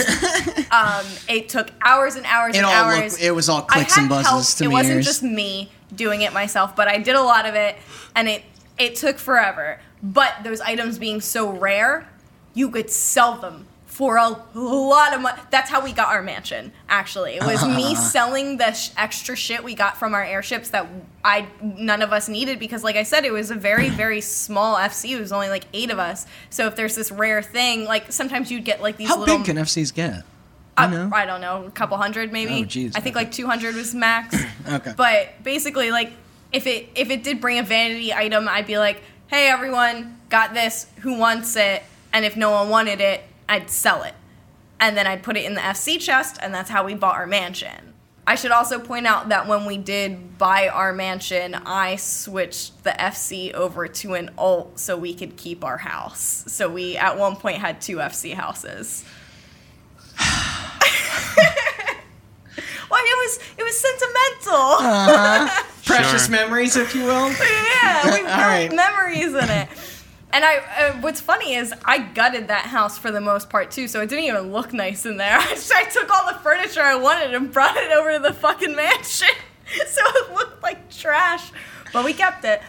um, it took hours and hours
It
and
all looked-
hours.
it was all clicks
I had
and buzzes
help.
to
It
me,
wasn't
yours.
just me doing it myself, but I did a lot of it, and it it took forever. But those items being so rare, you could sell them for a lot of money. That's how we got our mansion. Actually, it
(laughs)
was me selling the sh- extra shit we got from our airships that I none of us needed because, like I said, it was a very very small FC. It was only like eight of us. So if there's this rare thing, like sometimes you'd get like these
How
little
big can FCs get?
I,
know?
I don't know, a couple hundred maybe.
Oh, jeez.
I think like 200 was max.
(clears throat) Okay.
But basically, like if it if it did bring a vanity item, I'd be like, hey everyone, got this. Who wants it? And if no one wanted it, I'd sell it, and then I'd put it in the FC chest, and that's how we bought our mansion. I should also point out that when we did buy our mansion, I switched the FC over to an alt so we could keep our house. So we at one point had two FC houses. Well, it was it was sentimental.
Precious
Sure.
memories, if you will.
(laughs) yeah, we built
right.
memories in it. And I, uh, what's funny is I gutted that house for the most part too, so it didn't even look nice in there. (laughs) I, just, I took all the furniture I wanted and brought it over to the fucking (laughs) mansion, so it looked like trash. But we kept it.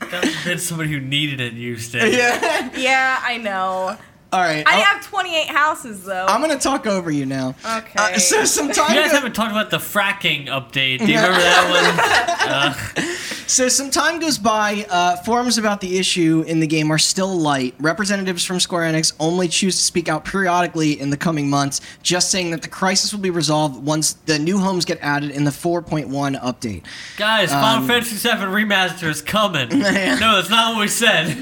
God forbid somebody who needed it used it.
Yeah.
(laughs) Yeah, I know.
All right.
I
I'll-
have 28 houses though.
I'm gonna talk over you now.
Okay.
Uh, so
(laughs)
some
You
time
guys
ago,
haven't talked about the fracking update. Do you
(laughs)
remember that one?
so some time goes by. Uh, forums about the issue in the game are still light. Representatives from Square Enix only choose to speak out periodically in the coming months, just saying that the crisis will be resolved once the new homes get added in the 4.1 update.
Guys, Final Fantasy VII Remaster is coming.
(laughs)
No, that's not what we said.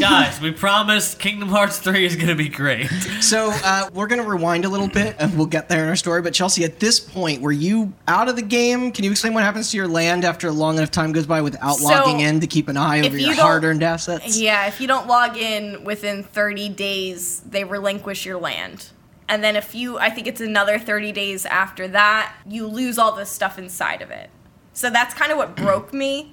Guys, we promised Kingdom Hearts 3 is going to be great.
(laughs) So uh, we're gonna rewind a little bit, and we'll get there in our story. But Chelsea, at this point, were you out of the game? Can you explain what happens to your land after a long enough time goes by without
So,
logging in to keep an eye over
you
your
don't-
hard-earned assets?
Yeah, if you don't log in within 30 days, they relinquish your land. And then if you, I think it's another 30 days after that, you lose all the stuff inside of it. So that's kind of what broke me.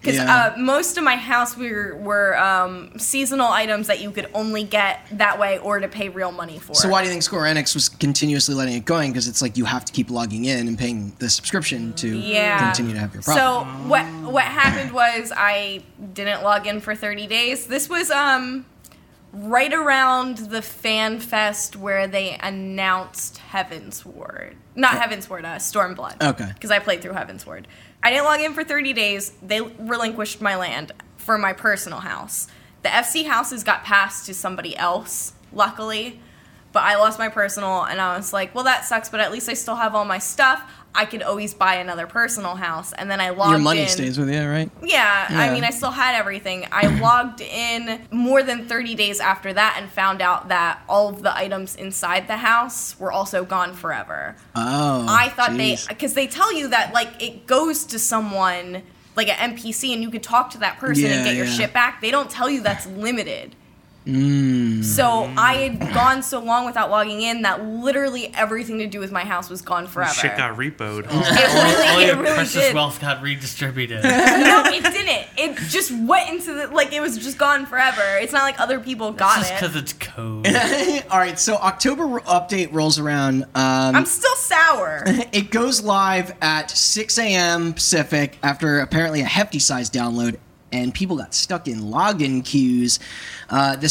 Because
Yeah.
uh, most of my house were, were um, seasonal items that you could only get that way or to pay real money for.
So why do you think Square Enix was continuously letting it going? Because it's like you have to keep logging in and paying the subscription to
yeah.
continue to have your problem.
So what what happened was I didn't log in for 30 days. This was um right around the fan fest where they announced Heaven's Word. Not Heaven's Word, uh, Stormblood.
Oh. Okay.
Because I played through Heaven's Word. I didn't log in for 30 days. They relinquished my land for my personal house. The FC houses got passed to somebody else, luckily. But I lost my personal, and I was like, well, that sucks, but at least I still have all my stuff. I could always buy another personal house. And then I logged
your money
in.
stays with you, right?
Yeah, I
Yeah.
mean, I still had everything.
(clears throat)
I logged in more than 30 days after that and found out that all of the items inside the house were also gone forever.
Oh,
I thought
jeez.
they, because they tell you that, like, it goes to someone, like an NPC, and you could talk to that person
Yeah,
and get your
yeah.
shit back. They don't tell you that's limited.
Mm.
So I had gone so long without logging in that literally everything to do with my house was gone forever.
Shit got repoed.
it
All
really, it
your
really
precious
did.
wealth
(laughs)
got redistributed.
no, it didn't. It just went into the like it was just gone forever. It's not like other people got
Just
it.
because it's code.
All right, so October ro- update rolls around. Um,
I'm still sour.
it goes live at 6 a.m. Pacific after apparently a hefty size download, and people got stuck in login queues. Uh, the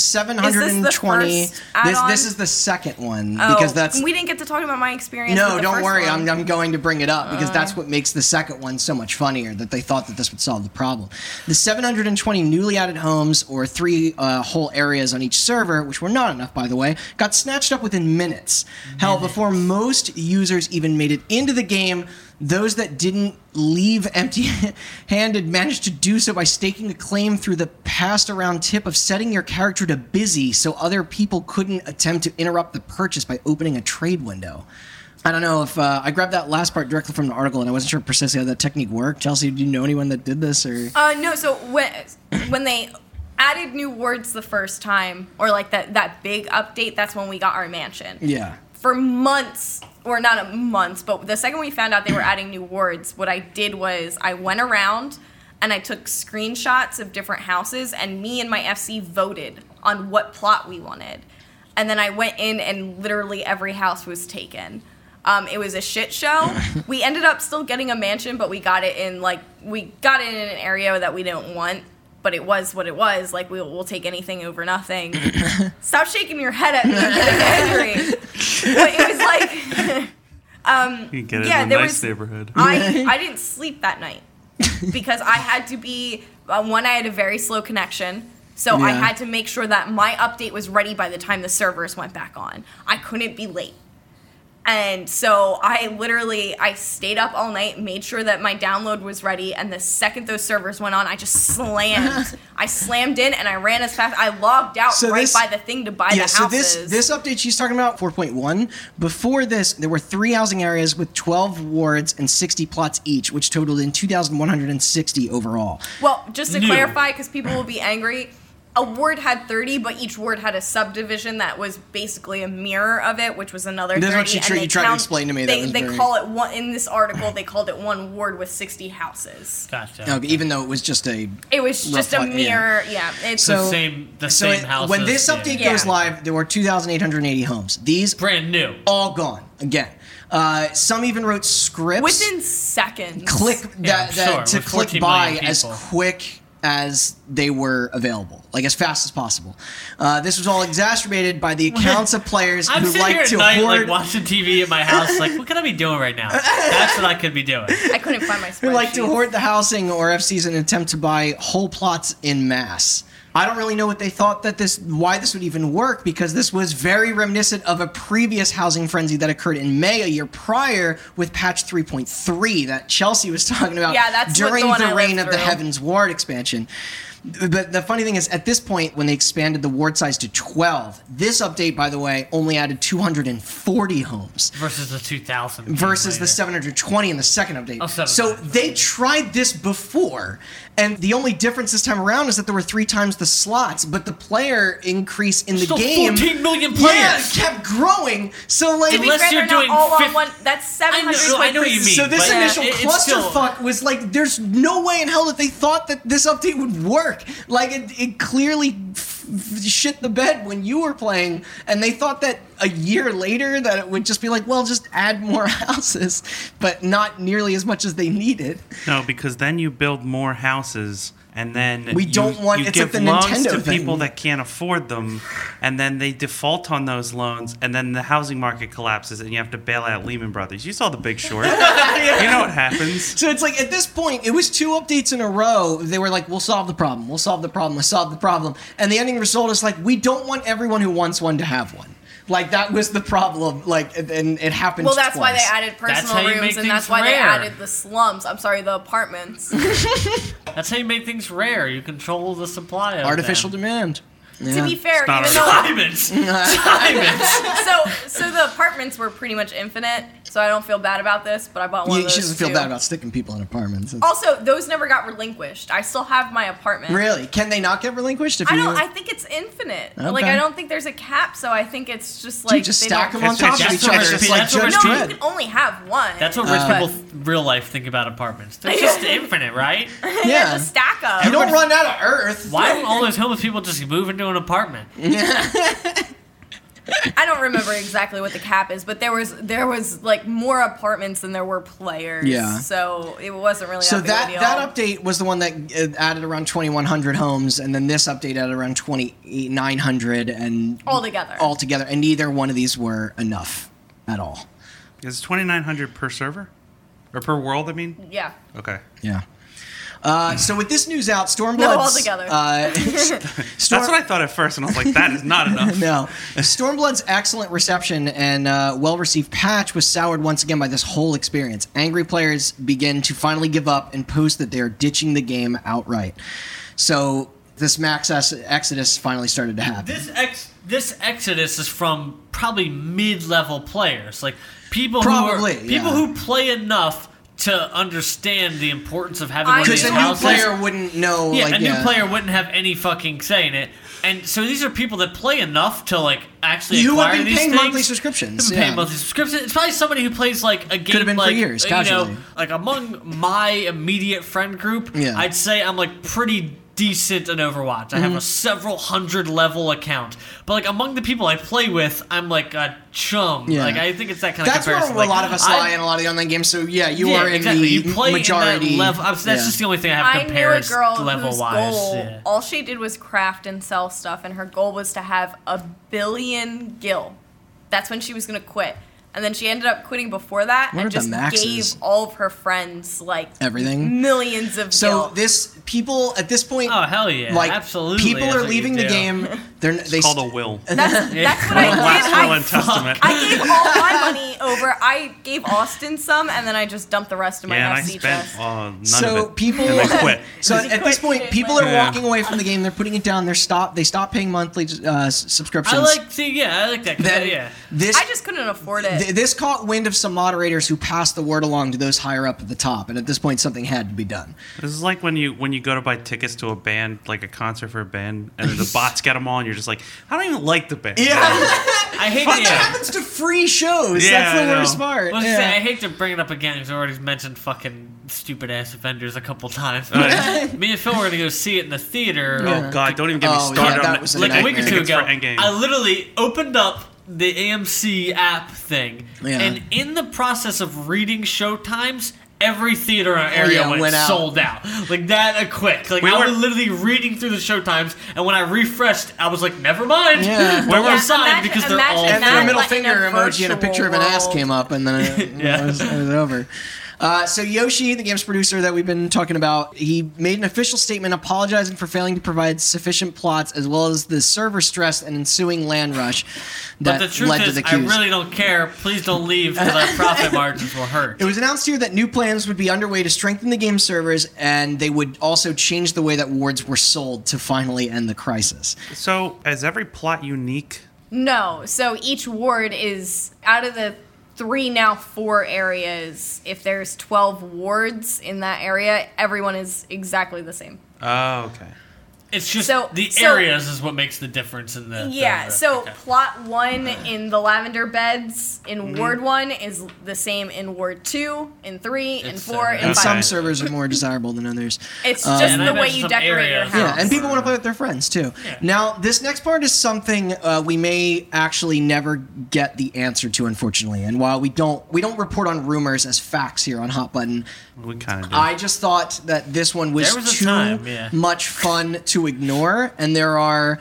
720.
first add-on?
this is the second one (laughs)
Oh,
because that's
we didn't get to talk about my experience. with
No,
the
don't
first
worry.
one.
I'm, I'm going to bring it up because that's what makes the second one so much funnier that they thought that this would solve the problem. The 720 newly added homes, or three uh, whole areas on each server, which were not enough, by the way, got snatched up within minutes. Hell, before most users even made it into the game, those that didn't leave empty handed (laughs) managed to do so by staking a claim through the passed around tip of setting your character to busy so other people couldn't attempt to interrupt the purchase by opening a trade window. I don't know if uh, I grabbed that last part directly from the article, and I wasn't sure precisely how that technique worked. Chelsea, do you know anyone that did this, or
Uh, no, so when when they added new words the first time, or like that that big update, that's when we got our mansion.
yeah?
for months or not a months but the second we found out they were adding new words what i did was i went around and i took screenshots of different houses and me and my fc voted on what plot we wanted and then i went in and literally every house was taken um, it was a shit show we ended up still getting a mansion but we got it in like we got it in an area that we didn't want but it was what it was like we, we'll take anything over nothing stop shaking your head at me and getting angry but it was
(laughs)
like
You can get
Yeah,
it in a
there
nice
was-
neighborhood.
I I didn't sleep that night because I had to be uh, one. I had a very slow connection, so I
Yeah.
had to make sure that my update was ready by the time the servers went back on. I couldn't be late. And so I literally I stayed up all night, made sure that my download was ready, and the second those servers went on, I just
(laughs)
slammed. I slammed in and I ran as fast. I logged out
So
right
this-
by the thing to buy
yeah,
the
so
houses.
this this update she's talking about 4.1. Before this, there were three housing areas with 12 wards and 60 plots each, which totaled in 2,160 overall.
Well, just to
New.
clarify, because people will be angry, a word had 30, but each word had a subdivision that was basically a mirror of it, which was another
That's
30.
what she
and
tri-
they
you tried to
count-
explain to me. That
They,
was
they
very-
call it one, in this article, they called it one word with 60 houses.
Gotcha.
No, even though it was just a
It was just a
Reflect- yeah.
mirror. Yeah. it's
the
So-
same the
so
same
it-
house.
when
as-
this update
yeah.
Yeah.
goes live, there were 2,880 homes. These
brand new.
all gone again. Uh, some even wrote scripts.
within seconds.
click
Yeah,
that,
I'm
that
sure,
to
with
click
14
buy
million
as
people.
quick as they were available, like as fast as possible. Uh, this was all exacerbated by
(laughs)
the accounts of players
I'm
who
sitting here
like
at
to
night,
hoard.
like watching TV at my house. Like, what could I be doing
(laughs)
right now? That's what I could be doing.
I couldn't find my spreadsheet.
who like to hoard the housing or FCs in an attempt to buy whole plots in mass. I don't really know what they thought that this, why this would even work, because this was very reminiscent of a previous housing frenzy that occurred in May a year prior with patch 3.3 that Chelsea was (laughs) talking about
Yeah, that's what- the
during
one I
the
lived
reign of the
through.
Heaven's Ward expansion. But the funny thing is, at this point, when they expanded the ward size to 12, this update, by the way, only added 240 homes
Versus the 2000.
versus the
later.
720 in the second update.
Oh, seven.
so they tried this before, and the only difference this time around is that there were three times the slots, but the player increase in the
Still
game
14 million
yeah,
players.
kept growing. So like.
To be
Unless
fair,
you're
they're not
doing
all on
fif-
one. That's
I know-
720.
I know what you mean.
so this
but
initial
it- it's still-
clusterfuck was like, there's no way in hell that they thought that this update would work. Like, it, it clearly f- f- shit the bed when you were playing, and they thought that a year later that it would just be like, well, just add more (laughs) houses, but not nearly as much as they needed.
No, because then you build more houses, and then
We
you-
don't want-
you
it's
give
like the
loans
Nintendo
to
thing.
people that can't afford them, and then they default on those loans, and then the housing market collapses, and you have to bail out Lehman Brothers. You saw The
(laughs)
Big Short. You know what happens.
So it's like at this point, it was two updates in a row. They were like, "We'll solve the problem. We'll solve the problem. We'll solve the problem." And the ending result is like, we don't want everyone who wants one to have one. Like that was the problem. Like and- and it happened.
Well, that's why they
twice.
added
how
personal
you make
rooms, and that's
things
why they
rare.
added the slums. I'm sorry, the apartments. (laughs)
That's how you make things rare. You control the supply of
artificial
them.
demand.
To be fair,
It's not
even
our
though
diamonds. diamonds.
(laughs) so so the apartments were pretty much infinite, so I don't feel bad about this. But I bought
You,
one of those Oh,
she doesn't feel
too.
bad about sticking people in apartments. It's-
Also, those never got relinquished. I still have my apartment.
really? Can they not get relinquished if
I
you?
don't. I think it's infinite. Like
Okay.
I don't think there's a cap, so I think it's just
Do you
like
just
they
stack
don't-
them on top of
It's- it's just-
each
that's
other,
what
just like
people-
Judge
that's what
No, you
Dread.
can
Dredd.
only have one.
(laughs) That's what rich
Uh,
people real life think about apartments. They're just infinite, right?
yeah.
Yeah.
Just stack up.
You don't run out of Earth.
Why don't all those homeless people just move into an apartment?
I don't remember exactly what the cap is, but there was there was like more apartments than there were players.
Yeah.
So it wasn't really
So
that big
that
of a deal.
that update was the one that uh, added around 2,100 homes, and then this update added around 2,900 and
Altogether.
altogether, and neither one of these were enough at all.
Is twenty nine hundred per server, or per world? I mean,
yeah.
okay.
Yeah. Uh, so with this news out, Stormblood.
altogether. (laughs)
Uh, (laughs) Storm-
That's what I thought at first, and I was like, that
(laughs)
is not enough.
no. Stormblood's excellent reception and uh, well received patch was soured once again by this whole experience. Angry players begin to finally give up and post that they are ditching the game outright. So this max es- exodus finally started to happen.
This ex this exodus is from probably mid level players, like people
Probably,
who are, people
yeah.
who play enough to understand the importance of having
I
one of
knew-
these
Because a new
houses.
player wouldn't know.
yeah,
like, uh,
a new player wouldn't have any fucking say in it. And so these are people that play enough to like actually
You have
acquire
been
these
paying
things.
monthly subscriptions,
They've been paying
yeah.
monthly subscriptions. It's probably somebody who plays like a game
been for
like uh,
years,
you
casually.
know, like among my immediate friend group.
Yeah. Mm-hmm.
I'd say I'm like pretty decent in Overwatch. I have a several hundred level account, but like among the people I play with, I'm like a chum.
Yeah.
Like I think it's that kind of
That's where
comparison.
a
like,
lot of us
I-
lie in a lot of the online games. So yeah, you
yeah,
are in
exactly.
the
you play
majority
In that level. I'm- That's
yeah.
just the only thing I have
I
to
knew
compare
a
is
girl
level
whose
wise.
goal,
yeah.
all she did was craft and sell stuff, and her goal was to have a billion gil. That's when she was gonna quit, and then she ended up quitting before that,
What are
and
the
just gave
maxes?
all of her friends like
Everything?
millions of
So
gil.
this people at this point.
Oh hell yeah!
like
absolutely.
people
that's
are
what you
leaving the
do.
game. They're they
Called a
st-
will.
(laughs)
that's, that's what I did.
Last will
I
and testament.
I gave all my money over. I gave Austin some, and then I just dumped the rest of my
Yeah, and I
FC
spent
chest.
uh, none
so
of it.
people
and I quit.
(laughs) So at this point, people are
Yeah.
walking away from the game. They're putting it down. They're stop. They stop paying monthly uh, s- subscriptions.
I like see, yeah, I like that. 'cause,
Then
uh, yeah,
This
I just couldn't afford it.
Th- this caught wind of some moderators who passed the word along to those higher up at the top, and at this point, something had to be done.
This is like when you when you go to buy tickets to a band, like a concert for a band, and then the bots get them all, and you're just like, I don't even like the band.
I hate
But
the.
that happens to free shows.
Yeah,
That's
I
the
know.
worst part.
Well,
Yeah.
say, I hate to bring it up again because I already mentioned fucking stupid ass offenders a couple (laughs) times.
(laughs)
Right.
Me and Phil were gonna go see it in the theater.
uh, Oh God! Don't even get me
Oh, yeah,
started
that
on
was a
like a week or two
tickets
ago,
for Endgame.
I literally opened up the AMC app thing,
Yeah.
and in the process of reading show times, every theater in our area
Oh, yeah,
went,
went out.
sold out like that uh, quick. Like
We
I
were-
was literally reading through the show times, and when I refreshed, I was like, never mind.
Yeah.
Don't
Well,
yeah, sign because they're all
and then
Not
a middle
like in
finger
a
emoji and a picture of an ass
virtual
came up, and
(laughs)
then it,
Yeah.
it, was, it was over. Uh, so Yoshi, the game's producer that we've been talking about, he made an official statement apologizing for failing to provide sufficient plots, as well as the server stress and ensuing land rush that
But the truth
led to
is,
the
I
queues.
really don't care. Please don't leave because our profit
(laughs)
margins will hurt.
It was announced here that new plans would be underway to strengthen the game servers, and they would also change the way that wards were sold to finally end the crisis.
so, is every plot unique?
No. So each ward is out of the three now four areas. If there's 12 wards in that area, everyone is exactly the same.
Oh, okay.
It's just
So-
the
so-
areas is what makes the difference in the.
Yeah.
the-
So
okay.
plot one in the lavender beds in
Mm-hmm.
Ward one is the same in Ward two, in three, in
It's
four,
so-
in
And
Okay.
five.
some servers are more desirable than others.
It's
Um,
just
And I
the way
imagine
you
some
decorate your
areas-
house.
Yeah, and people want to play with their friends too. Now, this next part is something uh, we may actually never get the answer to, unfortunately. And while we don't we don't report on rumors as facts here on Hot Button,
We kind of do.
I just thought that this one was,
There was a
too
time, yeah.
much fun to ignore, and there are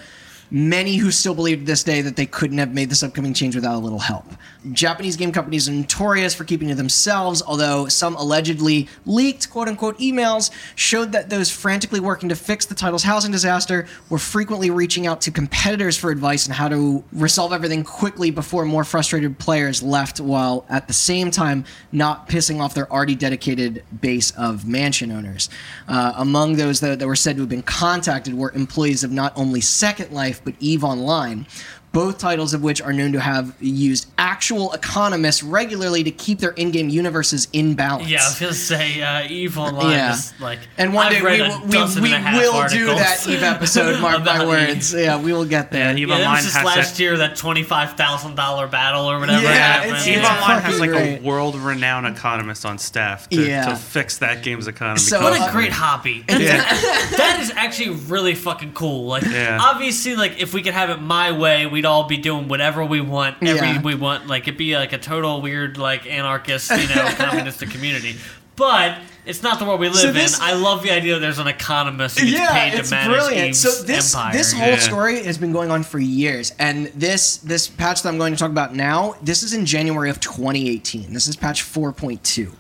many who still believe to this day that they couldn't have made this upcoming change without a little help. Japanese game companies are notorious for keeping to themselves, although some allegedly leaked quote unquote emails showed that those frantically working to fix the title's housing disaster were frequently reaching out to competitors for advice on how to resolve everything quickly before more frustrated players left while at the same time not pissing off their already dedicated base of mansion owners. Uh, among those that, that were said to have been contacted were employees of not only Second Life but Eve Online, both titles of which are known to have used actual economists regularly to keep their in-game universes in balance.
Yeah, I was gonna say uh, Eve Online
Yeah.
is like.
and one
I've
day
read
we,
a
will- we,
dozen
we
and a half
will do
articles. (laughs)
that Eve episode, mark my
about
words. Yeah, we will get there.
And Eve
Yeah, that
Online
was just
has
last
that.
year that twenty-five thousand dollar battle or whatever.
Yeah,
happened.
it's-
Eve
Yeah.
Online has like a
Right.
world-renowned economist on staff to,
Yeah.
to fix that game's economy.
So-
constantly.
What a great hobby. that is actually really fucking cool. Like,
Yeah.
obviously, like if we could have it my way, we'd all be doing whatever we want, every
Yeah.
we want. Like, it'd be like a total weird, like anarchist,
(laughs)
you know, communistic community. But it's not the world we live
this-
in. I love the idea. that There's an economist who gets paid to manage Eve's
so this
empire.
this whole
Yeah.
story has been going on for years, and this this patch that I'm going to talk about now, this is in January of 2018. This is patch 4.2.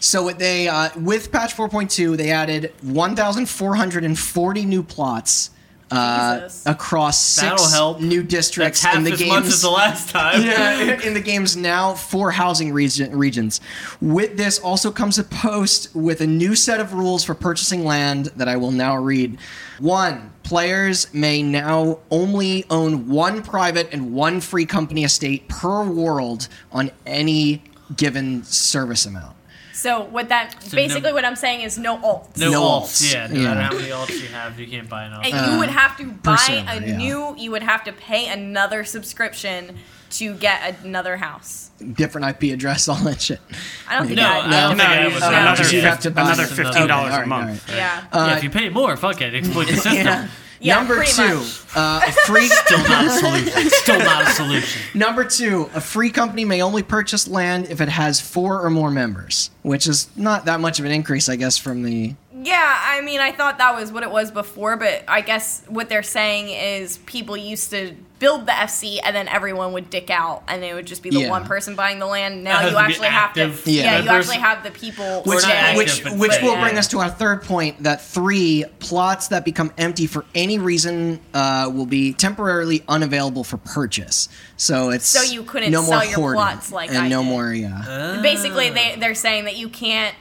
So what they uh, with patch 4.2, they added 1,440 new plots uh,
Jesus.
across six
That'll help.
new
That's
districts
half
in the
as
games.
much as the last time.
yeah, (laughs) in the game's now four housing region, regions. With this also comes a post with a new set of rules for purchasing land that I will now read. One, players may now only own one private and one free company estate per world on any given service amount.
So what that
no-
basically what I'm saying is no alts.
(laughs) No,
No
alts.
alts.
Yeah, no
Yeah.
matter how many alts you have, you can't buy an alt.
And you would have to buy
Uh, server,
a
yeah.
new. You would have to pay another subscription to get another house.
Different IP address, (laughs) all that shit.
I don't think
No,
I.
I don't
No,
think I
you-
was
another,
Yeah.
Just you have to buy
another
it.
fifteen dollars
Okay, all
a
right, all
month.
right.
yeah.
Uh,
yeah, if you pay more, fuck it, exploit
(laughs)
the system.
Yeah,
Number
pretty
two,
much.
uh, a
(laughs)
free
Still not
(laughs)
a solution. Still not a solution.
Number two, a free company may only purchase land if it has four or more members, which is not that much of an increase, I guess, from the.
Yeah, I mean, I thought that was what it was before, but I guess what they're saying is people used to build the FC and then everyone would dick out and it would just be the
Yeah.
one person buying the land.
That
Now
has
you
to be
actually have to,
active
yeah, you
members.
actually have the people.
Which-
Which,
not
saying-
active,
which,
but-
which
but-
will
yeah.
bring us to our third point that three plots that become empty for any reason uh, will be temporarily unavailable for purchase. So it's
So you couldn't
no more
sell your
hoarding
plots like
and
I
no
did.
more yeah.
basically
Ah.
they, they're saying that you can't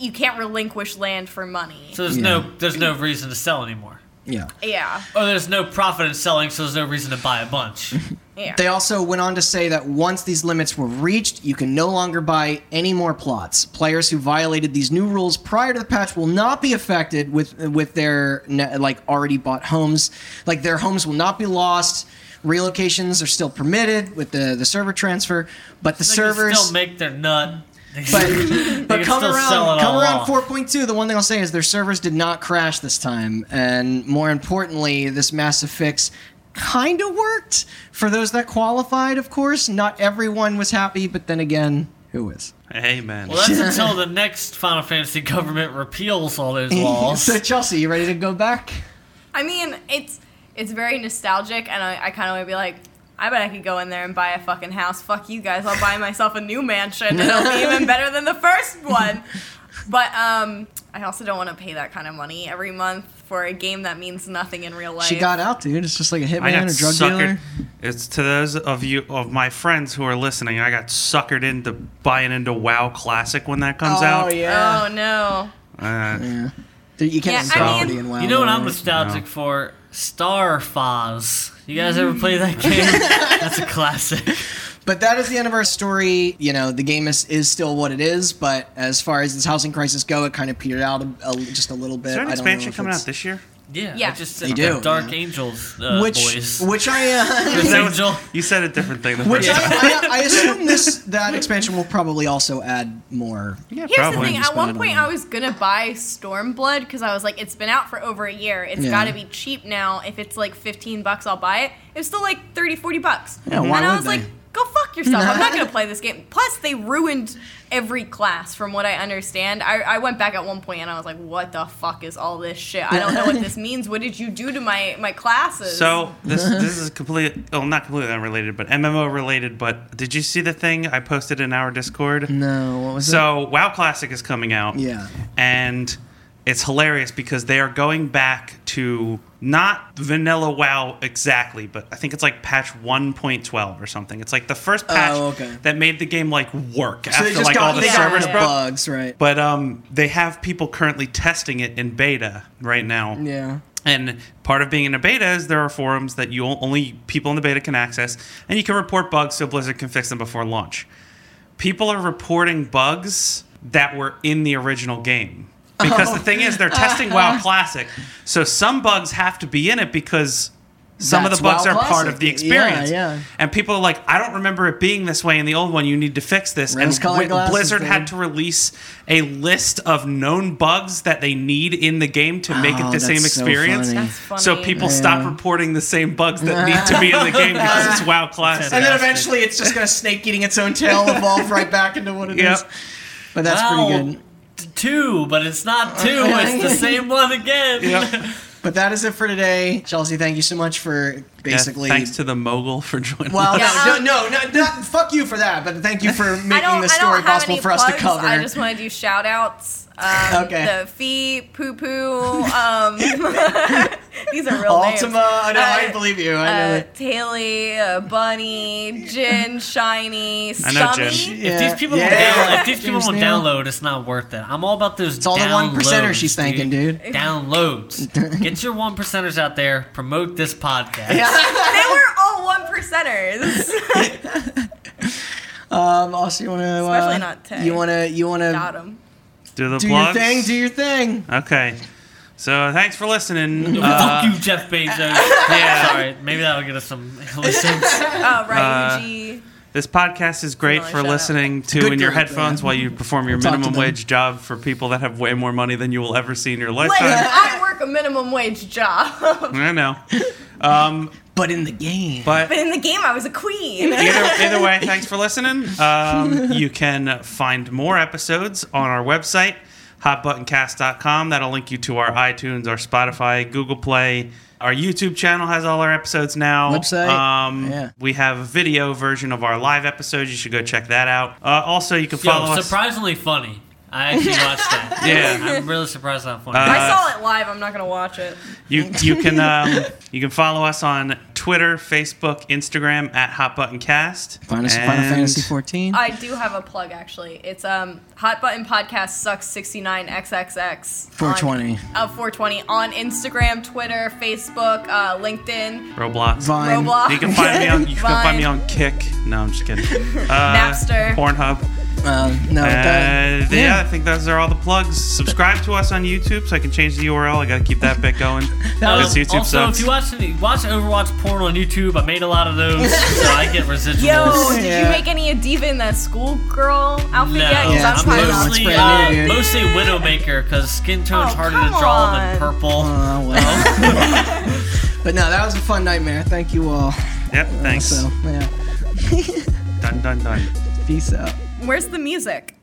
you can't relinquish land for money.
So there's no there's no reason to sell anymore. Oh,
yeah.
yeah.
Or there's no profit in selling, so there's no reason to buy a bunch.
Yeah.
They also went on to say that once these limits were reached, you can no longer buy any more plots. Players who violated these new rules prior to the patch will not be affected with with their ne- like already bought homes. Like their homes will not be lost. Relocations are still permitted with the, the server transfer, but the
They can
servers
still make their nut. (laughs) They
but,
can
but come
still sell
around,
it
come
all
around
off.
4.2. The one thing I'll say is their servers did not crash this time, and more importantly, this massive fix kind of worked for those that qualified. Of course, not everyone was happy, but then again, who is?
Amen.
Well,
(laughs)
that's until the next Final Fantasy government repeals all those laws.
(laughs) so Chelsea, you ready to go back?
I mean, it's it's very nostalgic, and I, I kind of want to be like, I bet I could go in there and buy a fucking house. Fuck you guys, I'll buy myself a new mansion, and it'll be even better than the first
(laughs)
one. But um, I also don't want to pay that kind of money every month for a game that means nothing in real life.
She got out, dude. It's just like a
I got
hitman, a drug
suckered.
dealer.
It's to those of you of my friends who are listening. I got suckered into buying into WoW Classic when that comes out.
Oh yeah.
Oh no.
Uh,
yeah. Dude, You can't
Yeah,
sell
I
property
mean-
in WoW.
You know what I'm
anymore.
nostalgic for? Star Foz. You guys ever play
(laughs)
that game? That's a classic.
But that is the end of our story. You know, the game is, is still what it is, but as far as this housing crisis go, it kind of petered out a, a- just a little bit.
is there an
I don't know
expansion
if
coming
it's-
out this year?
Yeah,
Yeah.
I just
They do,
Dark
yeah.
Angels uh,
which,
boys.
which I, uh,
(laughs) Dark
That was-
Angel.
you said a different thing. The
which
first time.
I, I, I assume this that expansion will probably also add more.
Yeah,
Here's
probably.
the thing.
Just
At one
buy it
point,
on-
I was gonna buy Stormblood because I was like, it's been out for over a year. It's
Yeah.
got to be cheap now. If it's like 15 bucks, I'll buy it. It was still like 30, 40 bucks.
Yeah, why
and I
would
was
they?
like, go fuck yourself.
(laughs)
I'm not gonna play this game. Plus, they ruined every class, from what I understand. I, I went back at one point and I was like, what the fuck is all this shit? I don't
(laughs)
know what this means. What did you do to my my classes?
So this this is completely well not completely unrelated, but MMO related. But did you see the thing I posted in our Discord?
No, what was
So WoW Classic is coming out.
Yeah.
And it's hilarious because they are going back to not vanilla WoW exactly, but I think it's like patch 1.12 or something. It's like the first patch
Oh, okay.
that made the game like work
So they
after
just
like
got
all the
they
rid
got
of
servers
the
broke.
bugs, right?
But um, they have people currently testing it in beta right now.
yeah.
And part of being in a beta is there are forums that you only people in the beta can access, and you can report bugs so Blizzard can fix them before launch. People are reporting bugs that were in the
(laughs)
original game. Because the thing is, they're testing WoW Classic, so some bugs have to be in it because some
That's
of the bugs
WoW
are part of
Classic.
the
Yeah,
experience.
yeah.
And people are like, I don't remember it being this way in the old one. You need to fix this.
Rose
And
colored
Wi-
glasses,
Blizzard
baby.
had to release a list of known bugs that they need in the game to make
Oh,
it the
that's
same
so
experience.
funny.
that's funny.
So people stop reporting the same bugs that need to be in the game
(laughs)
because it's WoW Classic.
And then
Fantastic.
eventually, it's just gonna snake eating its own
(laughs)
tail, evolve right back into what it is.
Yep.
But that's
Wow,
pretty good.
t- Two, but it's not two.
(laughs)
It's the same one again.
Yep.
But that is it for today, Chelsea. Thank you so much for basically.
Yeah, thanks to the mogul for joining
Well,
us.
Yeah,
no,
um,
no, no, not, fuck you for that, but thank you for
I
making
don't,
the
I don't
story
have
possible
any
for us to
plugs.
cover.
I just want to do shout outs. Um,
Okay.
The fee, poo poo. Um, (laughs) these are real
Ultima,
names.
I know, I
Uh,
believe you. I know
Uh,
it.
Taily, uh, Bunny, Jin, Shiny,
I know
Stummy.
Jin.
Yeah.
If these people don't
Yeah.
download, if these people
James
don't
Neal.
download, it's not worth it. I'm all about those. It's
all the one percenter she's thinking, dude. (laughs)
Downloads. Get your one percenters out there. Promote this podcast.
They were all one
(laughs)
percenters.
Um, also, you want to
Especially not Tay.
You want to you want
Got
to
'em.
do the
do
plugs.
your thing. Do your thing.
okay. So thanks for listening.
Fuck
Uh,
you,
(laughs)
Jeff Bezos. yeah. Sorry. Maybe that'll get us some listens.
Oh,
Uh,
right, Yuji.
This podcast is great
Another
for
shout out.
listening to
Good
in your
girl,
headphones
Dan.
while you perform your
Talk to
minimum
them.
wage job for people that have way more money than you will ever see in your
Like,
lifetime.
I work a minimum wage job. (laughs)
I know. Um,
But in the game,
but
but in the game, I was a queen.
either, either way, thanks for listening. Um, you can find more episodes on our website, hotbuttoncast.com. That'll link you to our iTunes, our Spotify, Google Play. Our YouTube channel has all our episodes now.
Website,
Um,
yeah.
We have a video version of our live episodes. You should go check that out. Uh, also, you can follow
Yo,
us.
surprisingly funny. I actually
(laughs)
watched that.
Yeah.
I'm really surprised how funny.
Uh,
I saw it live. I'm not gonna watch it.
(laughs)
You you can um, you can follow us on Twitter Twitter, Facebook, Instagram at Hot Button Cast.
Find us at Final
And-
Fantasy 14.
I do have a plug actually. It's um Hot Button Podcast Sucks 69XXX.
420.
On, uh, 420 on Instagram, Twitter, Facebook, uh, LinkedIn,
Roblox.
Vine.
Roblox.
You can find me on you can
Vine,
find me on Kick. No, I'm just kidding. Uh,
Napster.
Pornhub.
Uh, no,
Uh,
that,
yeah. I think those are all the plugs. Subscribe to us on YouTube so I can change the URL. I gotta keep that bit
(laughs)
going.
Um,
Because YouTube
also,
sucks.
if you watch any- watch Overwatch porn on YouTube, I made a lot of those, so I
(laughs)
get residuals.
(laughs) Yo, did
Yeah.
you make any a diva in that schoolgirl outfit
No,
yet? 'Cause
Yeah,
I'm
I'm
probably
little. It's
not.
mostly,
brand new,
uh,
dude.
mostly Widowmaker because skin tone's
Oh,
harder
come
to draw than
on.
purple.
Uh,
(laughs)
well. but no, that was a fun nightmare. Thank you all.
Yep, thanks.
So, yeah.
Dun dun dun.
Peace out.
Where's the music?